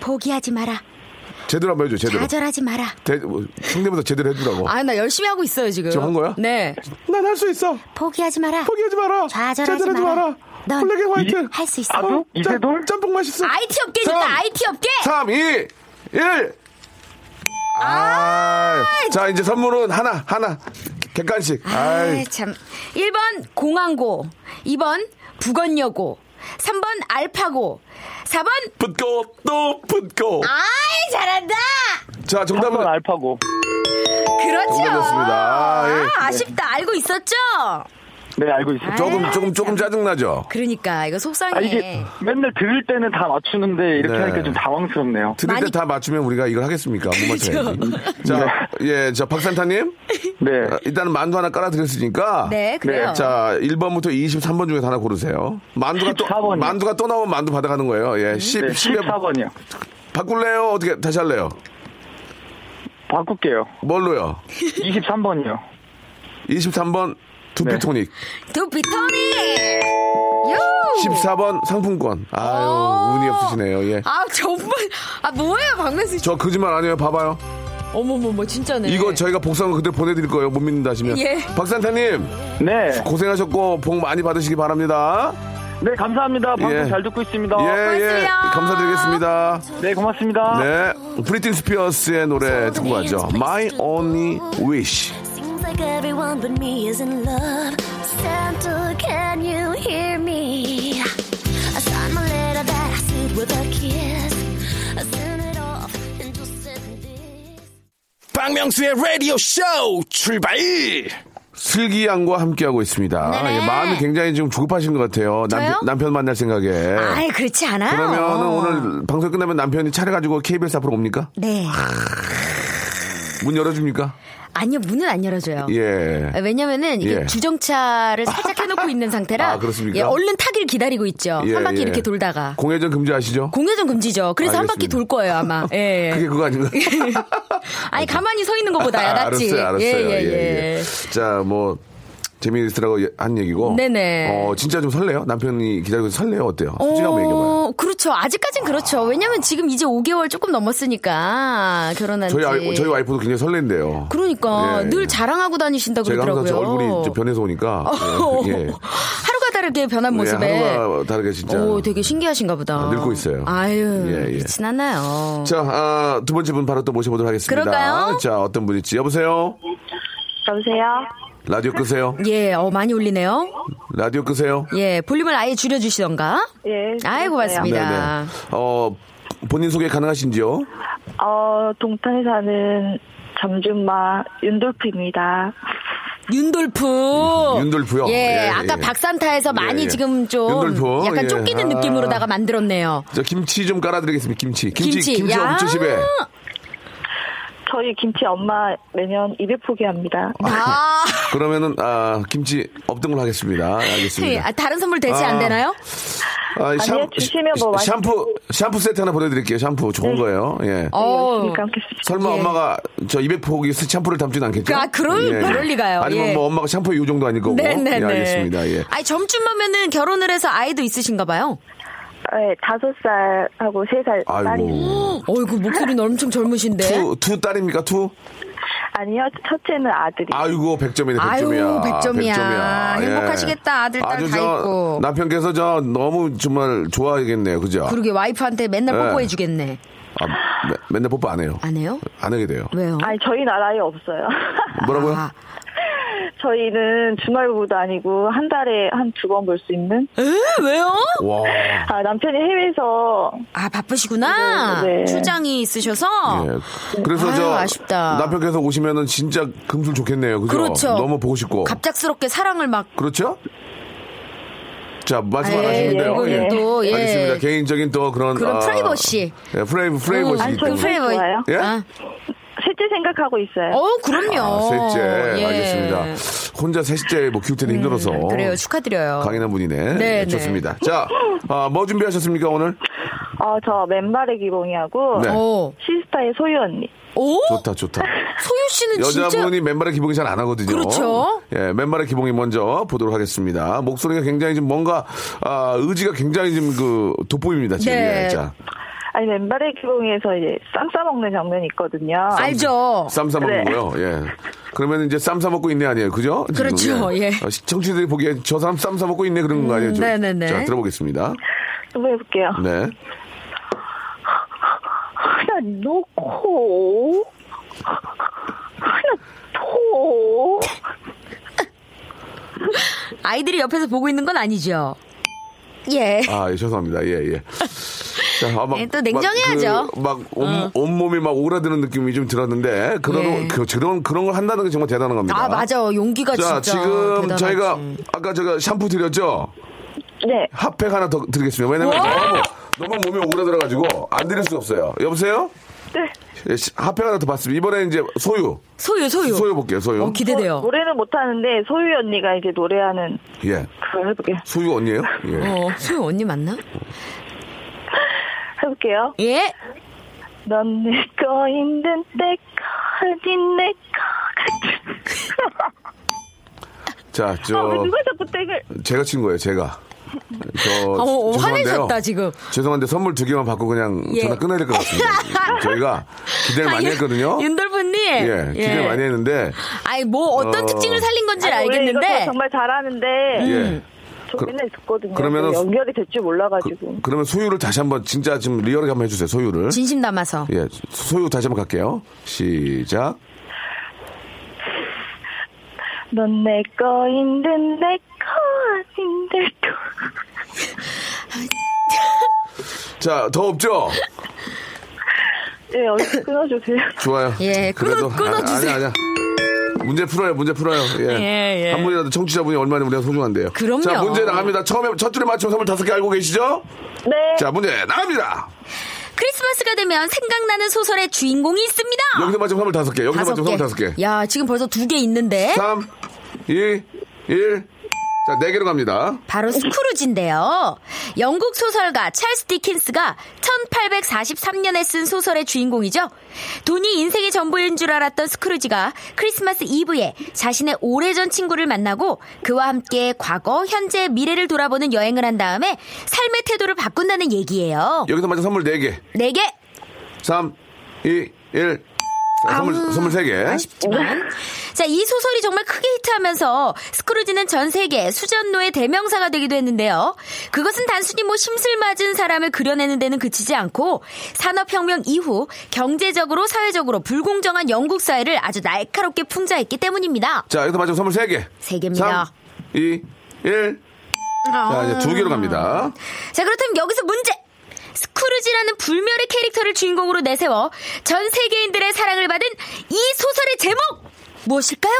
[SPEAKER 5] 포기하지 마라
[SPEAKER 1] 제대로 한번 해줘, 제대로.
[SPEAKER 5] 좌절하지 마라
[SPEAKER 1] 대, 뭐, 성대모사 제대로 해주라고.
[SPEAKER 5] 아 나 열심히 하고 있어요 지금
[SPEAKER 1] 지금 한 거야?
[SPEAKER 5] 네
[SPEAKER 1] 난 할 수 있어.
[SPEAKER 5] 포기하지 마라
[SPEAKER 1] 포기하지 마라.
[SPEAKER 5] 좌절하지
[SPEAKER 1] 좌절하지
[SPEAKER 5] 마라.
[SPEAKER 1] 마라.
[SPEAKER 5] 넌
[SPEAKER 1] 블랙 앤 화이트.
[SPEAKER 5] 할 수 있어
[SPEAKER 6] 아주?
[SPEAKER 1] 어, 짬-
[SPEAKER 6] 이세돌?
[SPEAKER 1] 짬뽕 맛있어.
[SPEAKER 5] IT 업계니까
[SPEAKER 1] 삼,
[SPEAKER 5] IT 업계
[SPEAKER 1] 3, 2, 1. 아. 자, 이제 선물은 하나, 하나. 객관식. 아이.
[SPEAKER 5] 아참 1번 공항고 2번 북언여고 3번 알파고 4번
[SPEAKER 1] 붙고 또 붙고.
[SPEAKER 5] 아이 잘한다
[SPEAKER 1] 자, 정답은
[SPEAKER 6] 답은 알파고.
[SPEAKER 5] 그렇죠
[SPEAKER 1] 정답이었습니다. 아, 예.
[SPEAKER 5] 아, 아쉽다 알고 있었죠
[SPEAKER 6] 네, 알고 있어요.
[SPEAKER 5] 아,
[SPEAKER 1] 조금 조금 조금 짜증나죠.
[SPEAKER 5] 그러니까 이거 속상해
[SPEAKER 6] 아, 이게
[SPEAKER 7] 네.
[SPEAKER 6] 맨날 들을 때는 다 맞추는데 이렇게
[SPEAKER 1] 네.
[SPEAKER 6] 하니까 좀 당황스럽네요.
[SPEAKER 1] 들을
[SPEAKER 5] 많이-
[SPEAKER 1] 때 다 맞추면 우리가 이걸 하겠습니까? 못 맞춰야지. 자, 예, 자, 박산타님.
[SPEAKER 6] 네.
[SPEAKER 1] 어, 일단은 만두 하나 깔아드렸으니까.
[SPEAKER 5] 네, 그래요.
[SPEAKER 1] 자, 1번부터 23번 중에서 하나 고르세요. 만두가 또,
[SPEAKER 6] 14번이요.
[SPEAKER 1] 만두가 또 나오면 만두 받아가는 거예요.
[SPEAKER 5] 음?
[SPEAKER 1] 예, 10,
[SPEAKER 6] 네,
[SPEAKER 1] 10에
[SPEAKER 6] 14번이요.
[SPEAKER 1] 바꿀래요? 어떻게, 다시 할래요?
[SPEAKER 6] 바꿀게요.
[SPEAKER 1] 뭘로요?
[SPEAKER 6] 23번이요.
[SPEAKER 1] 23번
[SPEAKER 6] 네.
[SPEAKER 1] 두피토닉,
[SPEAKER 5] 두피터리 요
[SPEAKER 1] 14번 상품권. 아유,
[SPEAKER 5] 오.
[SPEAKER 1] 운이 없으시네요. 예.
[SPEAKER 5] 아 정말 아 뭐예요 박명수 씨
[SPEAKER 1] 저 거짓말 아니에요. 봐봐요.
[SPEAKER 5] 어머머머 진짜네
[SPEAKER 1] 이거 저희가 복사한 거 그대로 보내드릴 거예요. 못 믿는다 하시면.
[SPEAKER 5] 예.
[SPEAKER 1] 박산타님,
[SPEAKER 6] 네.
[SPEAKER 1] 고생하셨고, 복 많이 받으시기 바랍니다.
[SPEAKER 6] 네, 감사합니다. 방송
[SPEAKER 1] 예.
[SPEAKER 6] 잘 듣고 있습니다.
[SPEAKER 1] 예, 예.
[SPEAKER 5] 어, 고맙습니다.
[SPEAKER 1] 감사드리겠습니다.
[SPEAKER 6] 네, 고맙습니다.
[SPEAKER 1] 네. 브리틴 스피어스의 노래 듣고 가죠. My Only Wish.
[SPEAKER 8] Seems like everyone but me is in love. Santa, can you hear me? I signed my letter that I sealed with a kiss. I sent it off and just said this.
[SPEAKER 4] 박명수의 라디오 쇼 출발!
[SPEAKER 1] 슬기양과 함께하고 있습니다.
[SPEAKER 5] 네.
[SPEAKER 1] 예, 마음이 굉장히 지금 조급하신 것 같아요.
[SPEAKER 5] 저요?
[SPEAKER 1] 남편, 남편 만날 생각에.
[SPEAKER 5] 아이 그렇지 않아요
[SPEAKER 1] 그러면 오늘 방송 끝나면 남편이 차려가지고 KBS 앞으로 옵니까?
[SPEAKER 5] 네
[SPEAKER 1] 아. 문 열어줍니까?
[SPEAKER 5] 아니요 문은 안 열어줘요
[SPEAKER 1] 예.
[SPEAKER 5] 아, 왜냐면은 이게
[SPEAKER 1] 예.
[SPEAKER 5] 주정차를 살짝 해놓고 있는 상태라
[SPEAKER 1] 아, 그렇습니까?
[SPEAKER 5] 예, 얼른 타길 기다리고 있죠
[SPEAKER 1] 예,
[SPEAKER 5] 한 바퀴
[SPEAKER 1] 예.
[SPEAKER 5] 이렇게 돌다가
[SPEAKER 1] 공회전 금지하시죠?
[SPEAKER 5] 공회전 금지죠 그래서 한
[SPEAKER 1] 알겠습니다.
[SPEAKER 5] 바퀴 돌 거예요 아마 예.
[SPEAKER 1] 그게 그거 아닌가요?
[SPEAKER 5] 아니 가만히 서 있는 것보다 낫지
[SPEAKER 1] 알았어요, 알았어요.
[SPEAKER 5] 예, 예,
[SPEAKER 1] 예,
[SPEAKER 5] 예.
[SPEAKER 1] 예. 자, 뭐 재미있으라고 예- 한 얘기고.
[SPEAKER 5] 네네.
[SPEAKER 1] 어, 진짜 좀 설레요? 남편이 기다리고 있어서 설레요? 어때요? 솔직하게 얘기해봐요.
[SPEAKER 5] 어, 그렇죠. 아직까진 그렇죠. 왜냐면 지금 이제 5개월 조금 넘었으니까 결혼한 지.
[SPEAKER 1] 저희, 아, 저희 와이프도 굉장히 설렌대요.
[SPEAKER 5] 그러니까
[SPEAKER 1] 예, 예.
[SPEAKER 5] 늘 자랑하고 다니신다
[SPEAKER 1] 제가 항상
[SPEAKER 5] 그러더라고요. 아,
[SPEAKER 1] 저 얼굴이 좀 변해서 오니까. 예, 예.
[SPEAKER 5] 하루가 다르게 변한 모습에.
[SPEAKER 1] 예, 하루가 다르게 진짜.
[SPEAKER 5] 오, 되게 신기하신가 보다.
[SPEAKER 1] 아, 늙고 있어요.
[SPEAKER 5] 아유,
[SPEAKER 1] 예, 예.
[SPEAKER 5] 그렇진 않아요.
[SPEAKER 1] 자, 아, 두 번째 분 바로 또 모셔보도록 하겠습니다.
[SPEAKER 5] 그럴까요?
[SPEAKER 1] 자, 어떤 분일지. 여보세요?
[SPEAKER 2] 여보세요?
[SPEAKER 1] 라디오 끄세요.
[SPEAKER 5] 예, 어, 많이 울리네요.
[SPEAKER 1] 라디오 끄세요.
[SPEAKER 5] 예, 볼륨을 아예 줄여주시던가.
[SPEAKER 2] 예.
[SPEAKER 5] 아이,
[SPEAKER 2] 네.
[SPEAKER 5] 고맙습니다.
[SPEAKER 1] 어, 본인 소개 가능하신지요?
[SPEAKER 2] 어, 동탄에 사는 잠준마 윤돌프입니다.
[SPEAKER 5] 윤돌프.
[SPEAKER 1] 윤돌프요?
[SPEAKER 5] 예,
[SPEAKER 1] 예,
[SPEAKER 5] 아까
[SPEAKER 1] 예.
[SPEAKER 5] 박산타에서
[SPEAKER 1] 예,
[SPEAKER 5] 많이
[SPEAKER 1] 예.
[SPEAKER 5] 지금 좀
[SPEAKER 1] 윤돌프,
[SPEAKER 5] 약간
[SPEAKER 1] 예.
[SPEAKER 5] 쫓기는
[SPEAKER 1] 아.
[SPEAKER 5] 느낌으로다가 만들었네요.
[SPEAKER 1] 저 김치 좀 깔아드리겠습니다. 김치. 김치,
[SPEAKER 5] 김치.
[SPEAKER 1] 김치, 김치
[SPEAKER 5] 야.
[SPEAKER 1] 엄초집에.
[SPEAKER 2] 저희 김치 엄마 매년 200포기 합니다. 네,
[SPEAKER 5] 아,
[SPEAKER 1] 그러면은, 아, 김치 없던 걸로 하겠습니다. 네,
[SPEAKER 5] 예,
[SPEAKER 1] 알겠습니다.
[SPEAKER 5] 아, 다른 선물 되지
[SPEAKER 1] 아.
[SPEAKER 5] 안 되나요?
[SPEAKER 2] 네,
[SPEAKER 1] 아,
[SPEAKER 2] 아니요, 주시면 뭐 많이
[SPEAKER 1] 샴푸, 샴푸 세트 하나 보내드릴게요. 샴푸. 좋은 거예요. 예.
[SPEAKER 5] 네. 어.
[SPEAKER 2] 그러니까 함께했습니다.
[SPEAKER 1] 설마
[SPEAKER 5] 예.
[SPEAKER 1] 엄마가 저 200포기 샴푸를 담진 않겠죠?
[SPEAKER 5] 아, 그럴- 그럴 리가요.
[SPEAKER 1] 아니면
[SPEAKER 5] 예.
[SPEAKER 1] 뭐 엄마가 샴푸 요 정도 아닐 거고.
[SPEAKER 5] 네네네.
[SPEAKER 1] 예, 알겠습니다. 예.
[SPEAKER 5] 아니, 점쯤하면은 결혼을 해서 아이도 있으신가 봐요.
[SPEAKER 2] 네, 다섯 살하고 세 살 딸이.
[SPEAKER 1] 아이고.
[SPEAKER 5] 어이구, 목소리는 엄청 젊으신데.
[SPEAKER 1] 투, 투 딸입니까? 투?
[SPEAKER 2] 아니요, 첫째는 아들이.
[SPEAKER 1] 아이고, 100점이네, 100점이야.
[SPEAKER 5] 아유, 100점 이야.
[SPEAKER 1] 100점 이야. 예.
[SPEAKER 5] 행복하시겠다, 아들, 딸다
[SPEAKER 1] 저,
[SPEAKER 5] 있고.
[SPEAKER 1] 남편께서 저 너무 정말 좋아하겠네요. 그죠?
[SPEAKER 5] 그러게 와이프한테 맨날
[SPEAKER 1] 예.
[SPEAKER 5] 뽀뽀해주겠네.
[SPEAKER 1] 아, 매- 맨날 뽀뽀 안 해요.
[SPEAKER 5] 안 해요?
[SPEAKER 1] 안 하게 돼요.
[SPEAKER 5] 왜요?
[SPEAKER 2] 아니, 저희 나라에 없어요.
[SPEAKER 1] 뭐라고요?
[SPEAKER 5] 아,
[SPEAKER 2] 저희는 주말부도 아니고 한 달에 한 두 번 볼 수 있는
[SPEAKER 5] 에? 왜요?
[SPEAKER 1] 와.
[SPEAKER 2] 아, 남편이 해외에서
[SPEAKER 5] 아, 바쁘시구나.
[SPEAKER 2] 네, 네.
[SPEAKER 5] 출장이 있으셔서.
[SPEAKER 1] 예. 그래서
[SPEAKER 5] 어. 아유,
[SPEAKER 1] 저
[SPEAKER 5] 아쉽다.
[SPEAKER 1] 남편께서 오시면은 진짜 금술 좋겠네요. 그죠?
[SPEAKER 5] 그렇죠.
[SPEAKER 1] 너무 보고 싶고.
[SPEAKER 5] 갑작스럽게 사랑을 막
[SPEAKER 1] 그렇죠? 자, 말씀 안
[SPEAKER 5] 아, 예,
[SPEAKER 1] 하시면 돼요.
[SPEAKER 5] 이거는 또, 예.
[SPEAKER 1] 알겠습니다. 개인적인 또 그런. 아,
[SPEAKER 5] 그런 프라이버시.
[SPEAKER 1] 예, 프라이브, 프라이버시.
[SPEAKER 5] 음,
[SPEAKER 2] 아니, 저희
[SPEAKER 5] 프레임 어이-
[SPEAKER 2] 좋아요?
[SPEAKER 1] 예?
[SPEAKER 5] 아,
[SPEAKER 2] 셋째 생각하고 있어요.
[SPEAKER 5] 어, 그럼요.
[SPEAKER 1] 아, 셋째.
[SPEAKER 5] 예. 음,
[SPEAKER 1] 알겠습니다. 혼자 셋째 뭐 키울 때도 힘들어서.
[SPEAKER 5] 그래요. 축하드려요.
[SPEAKER 1] 강인한 분이네.
[SPEAKER 5] 네,
[SPEAKER 1] 예,
[SPEAKER 5] 네.
[SPEAKER 1] 좋습니다. 자, 아, 뭐 준비하셨습니까, 오늘?
[SPEAKER 2] 어, 저 맨발의 기봉이하고
[SPEAKER 1] 네.
[SPEAKER 5] 오.
[SPEAKER 2] 시스타의 소유 언니.
[SPEAKER 5] 어. 오?
[SPEAKER 1] 좋다, 좋다.
[SPEAKER 5] 소유 씨는 진짜
[SPEAKER 1] 여자분이 맨발의 기봉이 잘 안 하거든요.
[SPEAKER 5] 그렇죠.
[SPEAKER 1] 예, 맨발의 기봉이 먼저 보도록 하겠습니다. 목소리가 굉장히 좀 뭔가, 아, 의지가 굉장히 좀 그, 돋보입니다, 지금.
[SPEAKER 5] 네.
[SPEAKER 1] 예, 자,
[SPEAKER 2] 아니, 맨발의 기봉에서 이제 쌈 싸먹는 장면이 있거든요.
[SPEAKER 5] 알죠.
[SPEAKER 1] 쌈 싸먹는
[SPEAKER 2] 네.
[SPEAKER 1] 거요. 예. 그러면 이제 쌈 싸먹고 있네 아니에요. 그죠? 지금,
[SPEAKER 5] 그렇죠, 예. 음,
[SPEAKER 1] 아, 시청자들이 보기에 저 사람 쌈 싸먹고 있네 그런 거 아니에요? 좀.
[SPEAKER 5] 네네네.
[SPEAKER 1] 자, 들어보겠습니다.
[SPEAKER 2] 한번 해볼게요.
[SPEAKER 1] 네.
[SPEAKER 2] 하나 놓고, 하나 더.
[SPEAKER 5] 아이들이 옆에서 보고 있는 건 아니죠. 예.
[SPEAKER 1] 아, 예, 죄송합니다. 예, 예. 자, 아, 막,
[SPEAKER 5] 예, 또 냉정해야죠. 어.
[SPEAKER 1] 막, 그, 막 온, 온몸이 막 오그라드는 느낌이 좀 들었는데, 그런,
[SPEAKER 5] 예.
[SPEAKER 1] 그, 그런, 그런 걸 한다는 게 정말 대단한 겁니다.
[SPEAKER 5] 아, 맞아. 용기가
[SPEAKER 1] 자,
[SPEAKER 5] 진짜.
[SPEAKER 1] 지금
[SPEAKER 5] 대단하지.
[SPEAKER 1] 저희가, 아까 제가 샴푸 드렸죠?
[SPEAKER 2] 네,
[SPEAKER 1] 핫팩 하나 더 드리겠습니다. 왜냐면 너무, 너무 몸이 오그라들어가지고, 안 드릴 수가 없어요. 여보세요?
[SPEAKER 2] 네.
[SPEAKER 1] 예, 시- 핫팩 하나 더 봤습니다. 이번에 이제 소유.
[SPEAKER 5] 소유, 소유.
[SPEAKER 1] 소유 볼게요, 소유.
[SPEAKER 5] 어, 기대돼요.
[SPEAKER 2] 뭐 노래는 못하는데 소유 언니가 이제 노래하는
[SPEAKER 1] 예.
[SPEAKER 2] 그걸 해볼게요.
[SPEAKER 1] 소유 언니예요 예.
[SPEAKER 5] 어, 소유 언니 맞나?
[SPEAKER 2] 해볼게요.
[SPEAKER 5] 예.
[SPEAKER 2] 넌 내 거 있는 때까지 내거
[SPEAKER 1] 자, 저.
[SPEAKER 2] 아, 왜 누가 자꾸 땡을.
[SPEAKER 1] 제가 친 거예요, 제가. 저
[SPEAKER 5] 어, 어,
[SPEAKER 1] 죄송한데요.
[SPEAKER 5] 화내셨다, 지금.
[SPEAKER 1] 죄송한데 선물 두 개만 받고 그냥
[SPEAKER 5] 예.
[SPEAKER 1] 전화 끊어야 될 것 같습니다. 저희가 기대를 많이
[SPEAKER 5] 아, 윤-
[SPEAKER 1] 했거든요.
[SPEAKER 5] 윤돌프님.
[SPEAKER 1] 예, 기대를 많이 했는데
[SPEAKER 5] 아니, 뭐, 어떤
[SPEAKER 1] 어.
[SPEAKER 5] 특징을 살린 건지 는
[SPEAKER 2] 아니, 원래 이거
[SPEAKER 5] 알겠는데.
[SPEAKER 2] 저 정말 잘하는데.
[SPEAKER 5] 음.
[SPEAKER 1] 예.
[SPEAKER 2] 저
[SPEAKER 1] 그-
[SPEAKER 2] 맨날 듣거든요.
[SPEAKER 1] 그러면은-
[SPEAKER 2] 저 연결이 될 줄 몰라가지고.
[SPEAKER 1] 그, 러면 소유를 다시 한번 진짜 지금 리얼하게 한번 해주세요. 소유를.
[SPEAKER 5] 진심 담아서.
[SPEAKER 1] 예, 소유 다시 한번 갈게요. 시작.
[SPEAKER 2] 넌 내 거인데 내 거인데 또.
[SPEAKER 1] 자, 더 없죠?
[SPEAKER 2] 예, 어디 끊어주세요.
[SPEAKER 1] 좋아요.
[SPEAKER 5] 예, 끊어- 끊어주세요.
[SPEAKER 1] 아, 아니, 아니. 문제 풀어요, 문제 풀어요. 예.
[SPEAKER 5] 예, 예.
[SPEAKER 1] 한 분이라도 청취자분이 얼마나 우리가 소중한데요.
[SPEAKER 5] 그럼요.
[SPEAKER 1] 자, 문제 나갑니다. 처음에 첫 줄에 맞춰 선물 다섯 개 알고 계시죠?
[SPEAKER 2] 네.
[SPEAKER 1] 자, 문제 나갑니다.
[SPEAKER 5] 크리스마스가 되면 생각나는 소설의 주인공이 있습니다.
[SPEAKER 1] 여기서 맞으면 선물 다섯
[SPEAKER 5] 예.
[SPEAKER 1] 개. 여기서 맞으면 선물 다섯 개.
[SPEAKER 5] 야, 지금 벌써 두 개 있는데.
[SPEAKER 1] 3, 2, 1. 자, 네 개로 갑니다.
[SPEAKER 5] 바로 스크루지인데요. 영국 소설가 찰스 디킨스가 1843년에 쓴 소설의 주인공이죠. 돈이 인생의 전부인 줄 알았던 스크루지가 크리스마스 이브에 자신의 오래전 친구를 만나고 그와 함께 과거, 현재, 미래를 돌아보는 여행을 한 다음에 삶의 태도를 바꾼다는 얘기예요.
[SPEAKER 1] 여기서 맞은 선물 네 개.
[SPEAKER 5] 네 개.
[SPEAKER 1] 3, 2, 1. 자, 선물,
[SPEAKER 5] 아우,
[SPEAKER 1] 선물 세 개.
[SPEAKER 5] 아쉽지만. 네. 자, 이 소설이 정말 크게 히트하면서 스크루지는 전 세계 수전노의 대명사가 되기도 했는데요. 그것은 단순히 뭐 심술 맞은 사람을 그려내는 데는 그치지 않고 산업혁명 이후 경제적으로 사회적으로 불공정한 영국 사회를 아주 날카롭게 풍자했기 때문입니다.
[SPEAKER 1] 자, 여기서 맞은 선물 세 개.
[SPEAKER 5] 세 개입니다.
[SPEAKER 1] 3, 2, 1. 자, 이제 두 개로 갑니다.
[SPEAKER 5] 자, 그렇다면 여기서 문제! 스크루지라는 불멸의 캐릭터를 주인공으로 내세워 전 세계인들의 사랑을 받은 이 소설의 제목! 무엇일까요?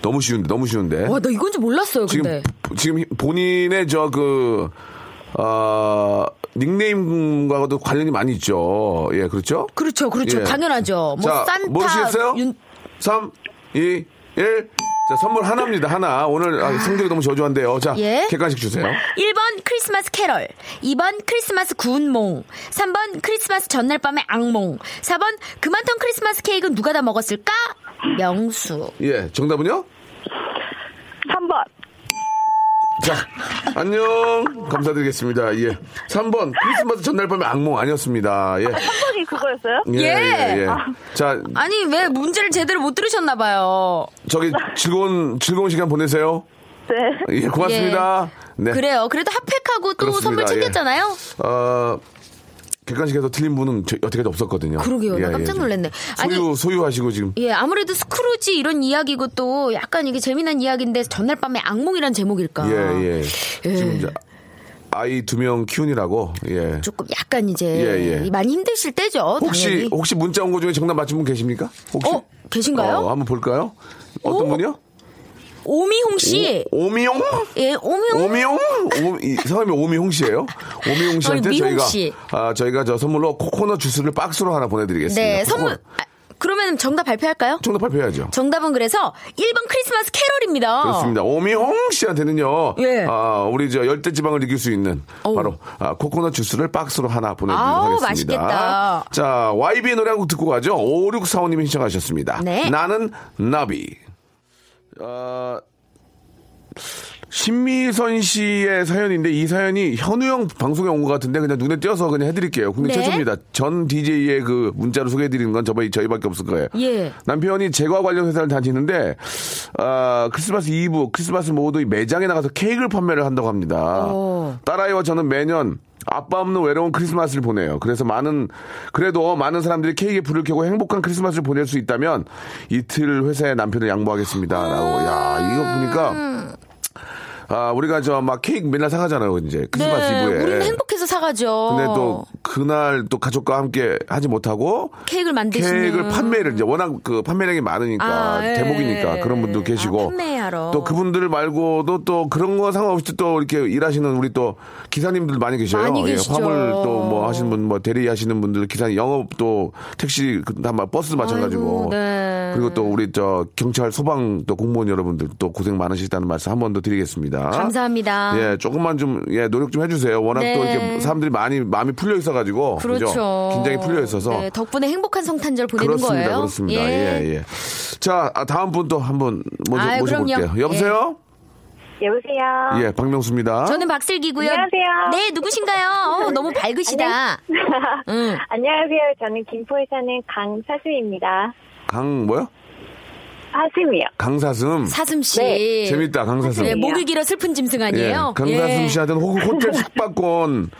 [SPEAKER 1] 너무 쉬운데, 너무 쉬운데.
[SPEAKER 5] 와, 나 이건 줄 몰랐어요,
[SPEAKER 1] 지금,
[SPEAKER 5] 근데.
[SPEAKER 1] 지금 본인의 저 그, 어, 닉네임과도 관련이 많이 있죠. 예, 그렇죠?
[SPEAKER 5] 그렇죠, 그렇죠.
[SPEAKER 1] 예.
[SPEAKER 5] 당연하죠. 뭐,
[SPEAKER 1] 자,
[SPEAKER 5] 산타.
[SPEAKER 1] 모르시겠어요?
[SPEAKER 5] 윤-
[SPEAKER 1] 3, 2, 1. 자, 선물 하나입니다, 하나. 오늘 아, 성적이 너무 저조한데요. 자,
[SPEAKER 5] 예?
[SPEAKER 1] 객관식 주세요.
[SPEAKER 5] 1번 크리스마스 캐럴, 2번 크리스마스 구운 몽, 3번 크리스마스 전날 밤의 악몽, 4번 그만턴 크리스마스 케이크는 누가 다 먹었을까? 명수.
[SPEAKER 1] 예, 정답은요?
[SPEAKER 2] 3번.
[SPEAKER 1] 자, 안녕. 감사드리겠습니다. 예. 3번, 크리스마스 전날 밤에 악몽 아니었습니다. 예.
[SPEAKER 2] 3번이 그거였어요?
[SPEAKER 1] 예,
[SPEAKER 5] 예.
[SPEAKER 1] 예, 예. 자,
[SPEAKER 5] 아니, 왜 문제를 제대로 못 들으셨나봐요.
[SPEAKER 1] 저기 즐거운, 즐거운 시간 보내세요.
[SPEAKER 2] 네.
[SPEAKER 1] 예, 고맙습니다. 네.
[SPEAKER 5] 그래요. 그래도 핫팩하고 또
[SPEAKER 1] 그렇습니다.
[SPEAKER 5] 선물
[SPEAKER 1] 예.
[SPEAKER 5] 챙겼잖아요?
[SPEAKER 1] 어, 객관식에서 틀린 분은 저- 여태까지 없었거든요.
[SPEAKER 5] 그러게요. 나 깜짝 놀랐네. 아니-
[SPEAKER 1] 예, 소유, 소유하시고 지금.
[SPEAKER 5] 예, 아무래도 스크루지 이런 이야기고 또 약간 이게 재미난 이야기인데 전날 밤의 악몽이란 제목일까?
[SPEAKER 1] 예, 예.
[SPEAKER 5] 아. 예.
[SPEAKER 1] 지금 이제 아이 두 명 키운이라고. 예.
[SPEAKER 5] 조금 약간 이제
[SPEAKER 1] 예, 예.
[SPEAKER 5] 많이 힘드실 때죠.
[SPEAKER 1] 혹시
[SPEAKER 5] 당연히.
[SPEAKER 1] 혹시 문자 온 거 중에 정답 맞힌 분 계십니까? 혹시?
[SPEAKER 5] 어, 계신가요?
[SPEAKER 1] 어, 한번 볼까요? 어떤
[SPEAKER 5] 오,
[SPEAKER 1] 분이요?
[SPEAKER 5] 오미홍 씨.
[SPEAKER 1] 오, 오미용?
[SPEAKER 5] 예, 오미홍.
[SPEAKER 1] 오미용? 오, 이 성함이 오미홍 씨예요. 오미홍 씨한테
[SPEAKER 5] 아니, 미홍
[SPEAKER 1] 저희가
[SPEAKER 5] 씨.
[SPEAKER 1] 아, 저희가 저 선물로 코코넛 주스를 박스로 하나 보내드리겠습니다.
[SPEAKER 5] 네,
[SPEAKER 1] 코코넛.
[SPEAKER 5] 선물. 아, 그러면 정답 발표할까요?
[SPEAKER 1] 정답 발표해야죠.
[SPEAKER 5] 정답은 그래서 1번 크리스마스 캐럴입니다.
[SPEAKER 1] 그렇습니다. 오미홍 씨한테는요.
[SPEAKER 5] 예.
[SPEAKER 1] 아, 우리 저 열대 지방을 이길 수 있는
[SPEAKER 5] 어우.
[SPEAKER 1] 바로 아, 코코넛 주스를 박스로 하나 보내드리도록
[SPEAKER 5] 아우,
[SPEAKER 1] 하겠습니다.
[SPEAKER 5] 맛있겠다.
[SPEAKER 1] 자, YB의 노래 한 곡 듣고 가죠. 5645님이 신청하셨습니다.
[SPEAKER 5] 네.
[SPEAKER 1] 나는 나비. 아, 신미선 씨의 사연인데 이 사연이 현우 형 방송에 온 것 같은데 그냥 눈에 띄어서 그냥 해드릴게요. 국내
[SPEAKER 5] 네.
[SPEAKER 1] 최초입니다. 전 DJ의 그 문자로 소개해드리는 건 저희, 저희밖에 없을 거예요.
[SPEAKER 5] 예.
[SPEAKER 1] 남편이 제과 관련 회사를 다니는데 아, 크리스마스 이브, 크리스마스 모드의 매장에 나가서 케이크를 판매를 한다고 합니다.
[SPEAKER 5] 오.
[SPEAKER 1] 딸아이와 저는 매년 아빠 없는 외로운 크리스마스를 보내요. 그래서 많은 그래도 많은 사람들이 케이크에 불을 켜고 행복한 크리스마스를 보낼 수 있다면 이틀 회사에 남편을 양보하겠습니다라고. 야 이거
[SPEAKER 5] 음.
[SPEAKER 1] 보니까. 아, 우리가 저 막 케이크 맨날 사가잖아요, 이제. 크리스마스
[SPEAKER 5] 네,
[SPEAKER 1] 이브에.
[SPEAKER 5] 우리는 행복해서 사가죠.
[SPEAKER 1] 근데
[SPEAKER 5] 어.
[SPEAKER 1] 또 그날 또 가족과 함께 하지 못하고
[SPEAKER 5] 케이크를 만드시는
[SPEAKER 1] 케이크를 판매를 이제 워낙 그 판매량이 많으니까
[SPEAKER 5] 아, 예.
[SPEAKER 1] 대목이니까 그런 분도
[SPEAKER 5] 아,
[SPEAKER 1] 계시고
[SPEAKER 5] 판매하러.
[SPEAKER 1] 또 그분들 말고도 또 그런 거 상관없이 또 이렇게 일하시는 우리 또 기사님들 많이 계셔요.
[SPEAKER 5] 많이
[SPEAKER 1] 예,
[SPEAKER 5] 계시죠.
[SPEAKER 1] 화물 또 뭐 하시는 분 뭐 대리 하시는 분들 기사 영업 또 택시 그 다음 버스 마찬가지고
[SPEAKER 5] 아이고, 네.
[SPEAKER 1] 그리고 또 우리 저 경찰 소방 또 공무원 여러분들 또 고생 많으시다는 말씀 한 번 더 드리겠습니다.
[SPEAKER 5] 감사합니다.
[SPEAKER 1] 예, 조금만 좀, 예, 노력 좀 해주세요. 워낙
[SPEAKER 5] 네.
[SPEAKER 1] 또 이렇게 사람들이 많이, 마음이 풀려 있어가지고.
[SPEAKER 5] 그렇죠.
[SPEAKER 1] 그죠? 긴장이 풀려 있어서.
[SPEAKER 5] 네, 덕분에 행복한 성탄절 보내는
[SPEAKER 1] 그렇습니다.
[SPEAKER 5] 거예요.
[SPEAKER 1] 그렇습니다. 예, 예. 자, 아, 다음 분 또 한분 먼저
[SPEAKER 5] 아유,
[SPEAKER 1] 모셔볼게요.
[SPEAKER 5] 그럼요.
[SPEAKER 1] 여보세요?
[SPEAKER 2] 여보세요.
[SPEAKER 1] 예, 박명수입니다.
[SPEAKER 5] 저는 박슬기고요.
[SPEAKER 2] 안녕하세요.
[SPEAKER 5] 네, 누구신가요? 어, 너무 밝으시다. 응.
[SPEAKER 2] 안녕하세요. 저는 김포에 사는 강사수입니다.
[SPEAKER 1] 강, 뭐요?
[SPEAKER 2] 사슴이요.
[SPEAKER 1] 강사슴.
[SPEAKER 5] 사슴 씨.
[SPEAKER 1] 네, 재밌다, 강사슴.
[SPEAKER 5] 네, 목이 길어 슬픈 짐승 아니에요?
[SPEAKER 1] 강사슴
[SPEAKER 5] 예.
[SPEAKER 1] 씨한테는 혹, 호텔 숙박권은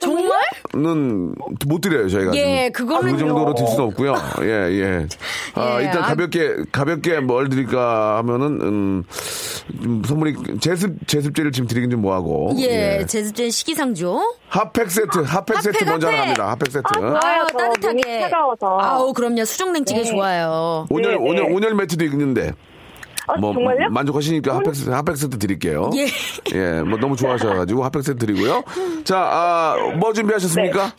[SPEAKER 5] 정말?
[SPEAKER 1] 못 드려요, 저희가.
[SPEAKER 5] 예,
[SPEAKER 1] 지금.
[SPEAKER 5] 그거는요.
[SPEAKER 1] 그 정도로 들 수는 없고요. 예, 예. 아,
[SPEAKER 5] 예,
[SPEAKER 1] 일단
[SPEAKER 5] 아.
[SPEAKER 1] 가볍게, 가볍게 뭘 드릴까 하면은, 음, 좀 선물이, 제습, 제습제를 지금 드리긴 좀 뭐하고.
[SPEAKER 5] 예, 제습제 시기상조.
[SPEAKER 1] 핫팩 세트, 핫팩
[SPEAKER 5] 핫팩,
[SPEAKER 1] 세트 먼저
[SPEAKER 5] 핫팩.
[SPEAKER 1] 나갑니다. 핫팩 세트.
[SPEAKER 5] 아유, 네,
[SPEAKER 2] 저
[SPEAKER 5] 따뜻하게.
[SPEAKER 2] 몸이 차가워서.
[SPEAKER 5] 아우, 그럼요. 수정냉증에
[SPEAKER 1] 예.
[SPEAKER 5] 좋아요.
[SPEAKER 1] 온열,
[SPEAKER 2] 네, 네.
[SPEAKER 1] 온열, 온열 매트도 있는데. 뭐,
[SPEAKER 2] 어, 정말요?
[SPEAKER 1] 만족하시니까 핫팩 세트, 핫팩 세트 드릴게요.
[SPEAKER 5] 예.
[SPEAKER 1] 예, 뭐 너무 좋아하셔가지고 핫팩 세트 드리고요. 자, 아, 뭐 준비하셨습니까?
[SPEAKER 5] 네.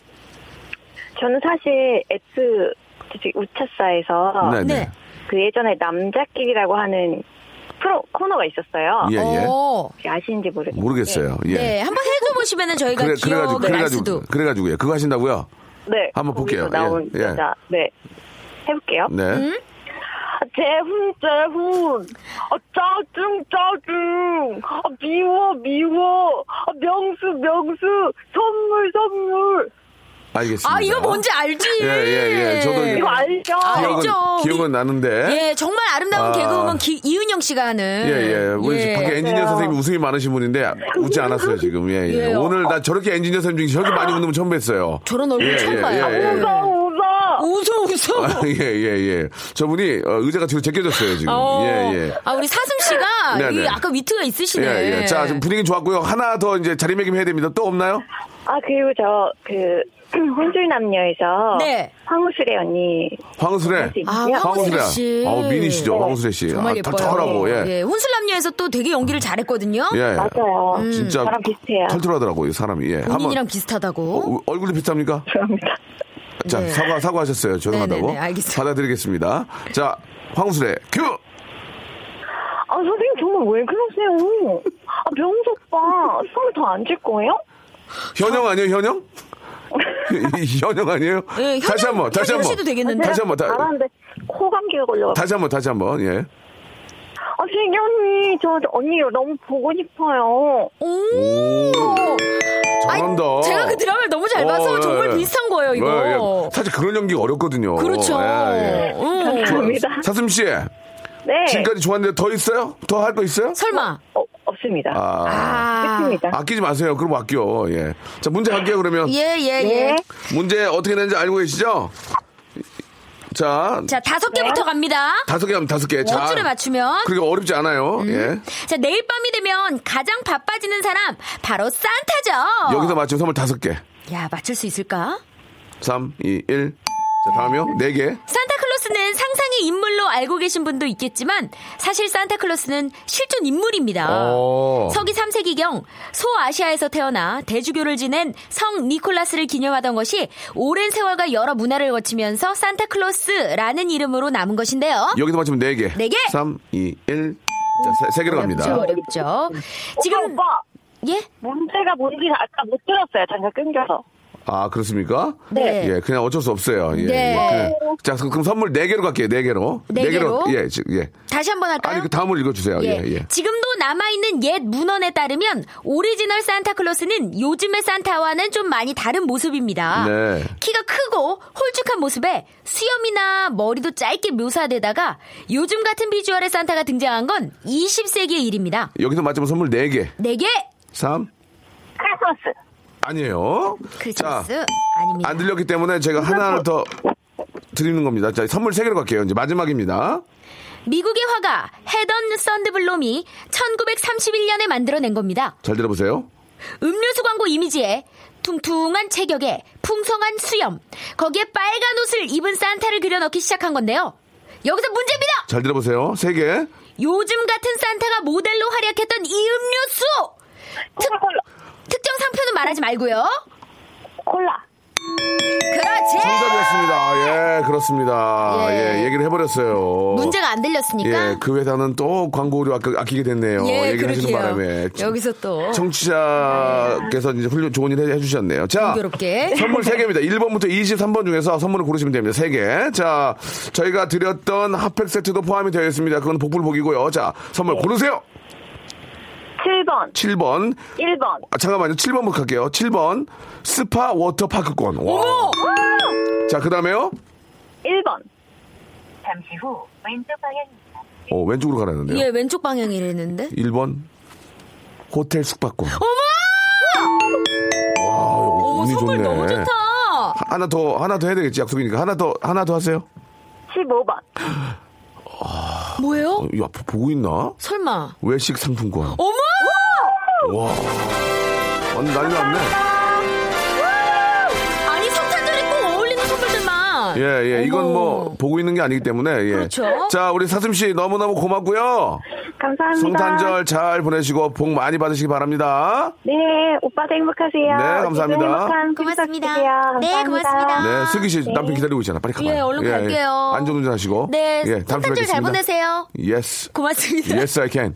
[SPEAKER 2] 저는 사실 S 우차사에서
[SPEAKER 1] 네.
[SPEAKER 5] 네.
[SPEAKER 2] 그 예전에 남자끼리라고 하는
[SPEAKER 7] 프로 코너가 있었어요.
[SPEAKER 1] 예, 예.
[SPEAKER 5] 오.
[SPEAKER 7] 혹시 아시는지 모르겠는데.
[SPEAKER 1] 모르겠어요. 예.
[SPEAKER 5] 네, 한번 해줘 보시면은 저희가
[SPEAKER 1] 그래,
[SPEAKER 5] 기억을
[SPEAKER 1] 그래가지고,
[SPEAKER 5] 알
[SPEAKER 1] 그래가지고,
[SPEAKER 5] 수도.
[SPEAKER 1] 그래가지고, 예. 그거 하신다고요?
[SPEAKER 7] 네.
[SPEAKER 1] 한번
[SPEAKER 7] 거기서
[SPEAKER 1] 볼게요.
[SPEAKER 7] 나온
[SPEAKER 1] 예, 예.
[SPEAKER 7] 여자. 네. 해볼게요. 아,
[SPEAKER 1] 네. 음?
[SPEAKER 7] 제훈, 제훈. 어, 짜증, 짜증. 어, 미워, 미워. 어, 명수, 명수. 선물, 선물.
[SPEAKER 1] 알겠습니다.
[SPEAKER 5] 아, 이거 뭔지 알지?
[SPEAKER 1] 예, 예, 예. 저도 이게
[SPEAKER 7] 이거 알죠?
[SPEAKER 5] 아.
[SPEAKER 1] 기억은,
[SPEAKER 5] 알죠.
[SPEAKER 1] 기억은 나는데.
[SPEAKER 5] 예, 정말 아름다운
[SPEAKER 1] 아.
[SPEAKER 5] 개그우먼 기- 이윤영 씨가 하는.
[SPEAKER 1] 예, 예. 우리 밖에 엔지니어 선생님이 웃음이 많으신 분인데 웃지 않았어요, 지금. 예, 예.
[SPEAKER 5] 예.
[SPEAKER 1] 오늘 나 저렇게 엔지니어 선생님 중에 저렇게 많이 웃는 분 처음 뵀어요.
[SPEAKER 5] 저런 얼굴
[SPEAKER 1] 예,
[SPEAKER 5] 처음
[SPEAKER 1] 예,
[SPEAKER 5] 봐요.
[SPEAKER 1] 예, 예.
[SPEAKER 7] 웃어.
[SPEAKER 5] 웃어, 웃어.
[SPEAKER 1] 아, 예, 예, 예. 저분이 어, 의자가 뒤로 제껴졌어요, 지금.
[SPEAKER 5] 어.
[SPEAKER 1] 예, 예.
[SPEAKER 5] 아, 우리 사슴 씨가
[SPEAKER 1] 네,
[SPEAKER 5] 이
[SPEAKER 1] 네.
[SPEAKER 5] 아까 위트가 있으시네.
[SPEAKER 1] 예, 예. 자, 지금 분위기 좋았고요. 하나 더 이제 자리매김 해야 됩니다. 또 없나요?
[SPEAKER 7] 아, 그리고 저, 그, 혼술남녀에서.
[SPEAKER 5] 네.
[SPEAKER 7] 황우술의 언니.
[SPEAKER 1] 예, 황수래.
[SPEAKER 5] 아, 황우슬 씨.
[SPEAKER 1] 어, 미인이시죠,
[SPEAKER 5] 네.
[SPEAKER 1] 황수래 씨.
[SPEAKER 5] 정말
[SPEAKER 1] 아,
[SPEAKER 5] 예뻐요.
[SPEAKER 1] 털털하고, 예.
[SPEAKER 5] 혼술남녀에서 또 되게 연기를 잘했거든요.
[SPEAKER 1] 예.
[SPEAKER 7] 맞아요.
[SPEAKER 1] 진짜
[SPEAKER 7] 저랑 비슷해요.
[SPEAKER 1] 털털하더라고요, 사람이. 예. 한번
[SPEAKER 5] 음. 본인이랑 비슷하다고.
[SPEAKER 1] 어, 얼굴이 비슷합니까?
[SPEAKER 7] 죄송합니다.
[SPEAKER 1] 자,
[SPEAKER 5] 네.
[SPEAKER 1] 사과, 사과하셨어요. 죄송하다고.
[SPEAKER 5] 네네네, 알겠습니다.
[SPEAKER 1] 받아드리겠습니다. 자, 황수래, 큐!
[SPEAKER 7] 아, 선생님 정말 왜 그러세요? 아, 명수 오빠, 선물 더 안 줄 거예요?
[SPEAKER 1] 현영 아니에요, 현영? 현영 아니에요?
[SPEAKER 5] 예,
[SPEAKER 1] 다시 한
[SPEAKER 5] 현영-
[SPEAKER 1] 번, 다시 한
[SPEAKER 5] 현영
[SPEAKER 1] 번.
[SPEAKER 5] 씨도 아, 네. 되겠는데?
[SPEAKER 1] 다시 한 번, 다,
[SPEAKER 7] 잘하는데 코 감기가 걸려가지고.
[SPEAKER 1] 다시 한 번, 다시 한 번, 예.
[SPEAKER 7] 아, 슬기 언니, 저 언니 너무 보고 싶어요.
[SPEAKER 5] 오.
[SPEAKER 1] 잘한다.
[SPEAKER 5] 제가 그 드라마를 너무 잘 봐서
[SPEAKER 1] 어, 예,
[SPEAKER 5] 정말
[SPEAKER 1] 예.
[SPEAKER 5] 비슷한 거예요, 이거.
[SPEAKER 1] 예, 예. 사실 그런 연기가 어렵거든요.
[SPEAKER 5] 그렇죠.
[SPEAKER 1] 예, 예.
[SPEAKER 5] 어.
[SPEAKER 7] 감사합니다.
[SPEAKER 1] 사슴 씨,
[SPEAKER 7] 네.
[SPEAKER 1] 지금까지 좋았는데 더 있어요? 더 할 거 있어요?
[SPEAKER 5] 설마.
[SPEAKER 7] 어, 없습니다.
[SPEAKER 1] 아,
[SPEAKER 7] 끝입니다.
[SPEAKER 1] 아끼지 마세요. 그럼 아껴. 예. 자, 문제 갈게요, 그러면.
[SPEAKER 5] 예, 예, 예.
[SPEAKER 7] 네.
[SPEAKER 1] 문제 어떻게 되는지 알고 계시죠? 자,
[SPEAKER 5] 자, 다섯
[SPEAKER 7] 네.
[SPEAKER 5] 개부터 갑니다.
[SPEAKER 1] 다섯 개 하면 다섯 개. 자,
[SPEAKER 5] 원줄을 맞추면. 음.
[SPEAKER 1] 그렇게 어렵지 않아요. 예.
[SPEAKER 5] 자, 내일 밤이 되면 가장 바빠지는 사람, 바로 산타죠.
[SPEAKER 1] 여기서 맞추면 선물 다섯 개.
[SPEAKER 5] 야, 맞출 수 있을까?
[SPEAKER 1] 3, 2, 1. 자, 다음이요. 네 개.
[SPEAKER 5] 산타클로스는 상상의 인물로 알고 계신 분도 있겠지만 사실 산타클로스는 실존 인물입니다.
[SPEAKER 1] 오.
[SPEAKER 5] 서기 3세기경 소아시아에서 태어나 대주교를 지낸 성 니콜라스를 기념하던 것이 오랜 세월과 여러 문화를 거치면서 산타클로스라는 이름으로 남은 것인데요.
[SPEAKER 1] 여기서 맞추면 네 개.
[SPEAKER 5] 네 개.
[SPEAKER 1] 3, 2, 1. 자, 세, 세 개로 갑니다.
[SPEAKER 5] 어렵죠, 어렵죠.
[SPEAKER 7] 지금
[SPEAKER 5] 지금
[SPEAKER 7] 오빠,
[SPEAKER 5] 예?
[SPEAKER 7] 문제가 뭔지 아까 못 들었어요. 잠깐 끊겨서.
[SPEAKER 1] 아, 그렇습니까?
[SPEAKER 5] 네.
[SPEAKER 1] 예, 그냥 어쩔 수 없어요. 예.
[SPEAKER 5] 네.
[SPEAKER 1] 예, 그냥. 자, 그럼 선물 네개로 갈게요. 네개로
[SPEAKER 5] 네
[SPEAKER 1] 네 개로.
[SPEAKER 5] 개로?
[SPEAKER 1] 예, 지- 예.
[SPEAKER 5] 다시 한번 할까요?
[SPEAKER 1] 아니, 그 다음을 읽어주세요. 예, 예.
[SPEAKER 5] 지금도 남아있는 옛 문헌에 따르면 오리지널 산타클로스는 요즘의 산타와는 좀 많이 다른 모습입니다.
[SPEAKER 1] 네.
[SPEAKER 5] 키가 크고 홀쭉한 모습에 수염이나 머리도 짧게 묘사되다가 요즘 같은 비주얼의 산타가 등장한 건 20세기의 일입니다.
[SPEAKER 1] 여기서 맞으면 선물 네개
[SPEAKER 5] 네개
[SPEAKER 1] 3.
[SPEAKER 7] 크리스마스.
[SPEAKER 1] 아니에요.
[SPEAKER 5] 크리스마스
[SPEAKER 1] 자,
[SPEAKER 5] 아닙니다.
[SPEAKER 1] 안 들렸기 때문에 제가 하나를 더 드리는 겁니다. 자, 선물 세개로 갈게요. 이제 마지막입니다.
[SPEAKER 5] 미국의 화가 헤던 썬드블롬이 1931년에 만들어낸 겁니다.
[SPEAKER 1] 잘 들어보세요.
[SPEAKER 5] 음료수 광고 이미지에 퉁퉁한 체격에 풍성한 수염, 거기에 빨간 옷을 입은 산타를 그려넣기 시작한 건데요. 여기서 문제입니다.
[SPEAKER 1] 잘 들어보세요. 세개
[SPEAKER 5] 요즘 같은 산타가 모델로 활약했던 이 음료수
[SPEAKER 7] 콜라,
[SPEAKER 5] 특정 상표는 말하지 말고요.
[SPEAKER 7] 콜라.
[SPEAKER 5] 그렇지.
[SPEAKER 1] 정답이었습니다. 예, 그렇습니다.
[SPEAKER 5] 예.
[SPEAKER 1] 예, 얘기를 해버렸어요.
[SPEAKER 5] 문제가 안 들렸으니까.
[SPEAKER 1] 예, 그 회사는 또 광고료 아끼, 아끼게 됐네요.
[SPEAKER 5] 예,
[SPEAKER 1] 얘기를 하시는
[SPEAKER 5] 그러게요.
[SPEAKER 1] 바람에.
[SPEAKER 5] 여기서 또.
[SPEAKER 1] 청취자께서 이제 훌륭 좋은 일 해- 해주셨네요. 자.
[SPEAKER 5] 공교롭게.
[SPEAKER 1] 선물 3개입니다. 1번부터 23번 중에서 선물을 고르시면 됩니다. 3개. 자, 저희가 드렸던 핫팩 세트도 포함이 되어 있습니다. 그건 복불복이고요. 자, 선물 고르세요!
[SPEAKER 7] 7번,
[SPEAKER 1] 7번.
[SPEAKER 7] 1번.
[SPEAKER 1] 아, 잠깐만요. 7번부터 갈게요. 7번. 스파 워터파크권. 와. 자, 그 다음에요.
[SPEAKER 7] 1번.
[SPEAKER 1] 어, 왼쪽으로 가라는데요.
[SPEAKER 5] 예, 왼쪽 방향이랬는데.
[SPEAKER 1] 1번 호텔 숙박권. 어머! 와,
[SPEAKER 5] 어머,
[SPEAKER 1] 운이
[SPEAKER 5] 선물
[SPEAKER 1] 좋네.
[SPEAKER 5] 너무 좋다.
[SPEAKER 1] 하- 하나 더 하나 더 해야 되겠지 약속이니까 하나 더 하나 더 하세요.
[SPEAKER 7] 15번.
[SPEAKER 5] 뭐예요?
[SPEAKER 1] 어, 이 앞에 보고 있나?
[SPEAKER 5] 설마.
[SPEAKER 1] 외식 상품권.
[SPEAKER 5] 어머!
[SPEAKER 1] 와, 완전 난리 났네.
[SPEAKER 5] 아니, 성탄절에 꼭 어울리는 선물들만.
[SPEAKER 1] 예, 예, 이건
[SPEAKER 5] 어머.
[SPEAKER 1] 뭐 보고 있는 게 아니기 때문에 예.
[SPEAKER 5] 그렇죠.
[SPEAKER 1] 자, 우리 사슴 씨 너무 너무 고맙고요.
[SPEAKER 7] 감사합니다.
[SPEAKER 1] 성탄절 잘 보내시고 복 많이 받으시기 바랍니다.
[SPEAKER 7] 네, 오빠도 행복하세요.
[SPEAKER 1] 네, 감사합니다.
[SPEAKER 7] 지금 행복한
[SPEAKER 5] 고맙습니다.
[SPEAKER 7] 추석 되세요.
[SPEAKER 5] 네, 고맙습니다.
[SPEAKER 1] 네, 슬기 씨
[SPEAKER 7] 네.
[SPEAKER 1] 남편 기다리고 있잖아. 빨리 가봐요.
[SPEAKER 5] 예, 얼른 갈게요.
[SPEAKER 1] 안전운전 하시고.
[SPEAKER 5] 네,
[SPEAKER 1] 예, 다음 주에
[SPEAKER 5] 성탄절 잘
[SPEAKER 1] 뵙겠습니다. 예,
[SPEAKER 5] 보내세요.
[SPEAKER 1] Yes.
[SPEAKER 5] 고맙습니다.
[SPEAKER 1] Yes, I can.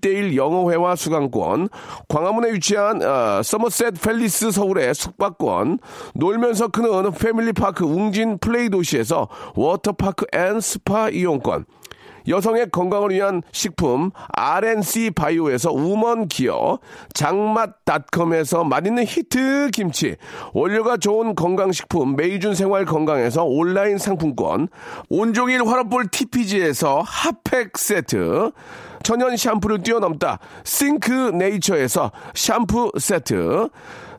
[SPEAKER 1] 1대1 영어회화 수강권, 광화문에 위치한 어, 서머셋 팰리스 서울의 숙박권, 놀면서 크는 패밀리파크 웅진 플레이 도시에서 워터파크 앤 스파 이용권, 여성의 건강을 위한 식품 RNC 바이오에서 우먼 기어, 장맛닷컴에서 맛있는 히트 김치, 원료가 좋은 건강식품 메이준 생활 건강에서 온라인 상품권, 온종일 화롯볼 TPG에서 핫팩 세트, 천연 샴푸를 뛰어넘다 싱크 네이처에서 샴푸 세트,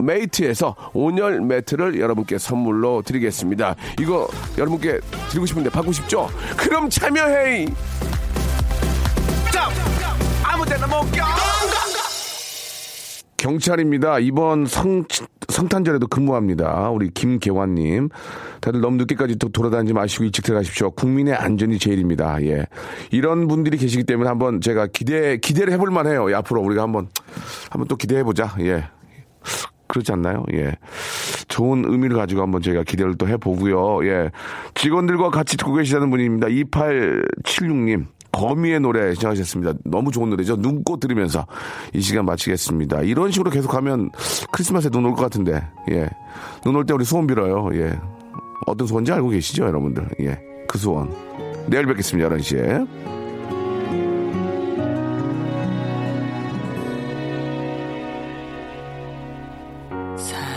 [SPEAKER 1] 메이트에서 온열 매트를 여러분께 선물로 드리겠습니다. 이거 여러분께 드리고 싶은데 받고 싶죠? 그럼 참여해! 경찰입니다. 이번 성, 성탄절에도 근무합니다. 우리 김계환님. 다들 너무 늦게까지 또 돌아다니지 마시고 일찍 들어가십시오. 국민의 안전이 제일입니다. 예. 이런 분들이 계시기 때문에 한번 제가 기대, 기대를 해볼만 해요. 예, 앞으로 우리가 한번, 한번 또 기대해보자. 예. 그렇지 않나요? 예. 좋은 의미를 가지고 한번 저희가 기대를 또 해보고요. 예. 직원들과 같이 듣고 계시다는 분입니다. 2876님. 거미의 노래 시작하셨습니다. 너무 좋은 노래죠. 눈꽃 들으면서 이 시간 마치겠습니다. 이런 식으로 계속 하면 크리스마스에 눈 올 것 같은데, 예. 눈 올 때 우리 소원 빌어요. 예. 어떤 소원인지 알고 계시죠, 여러분들? 예. 그 소원. 내일 뵙겠습니다, 11시에.
[SPEAKER 3] 사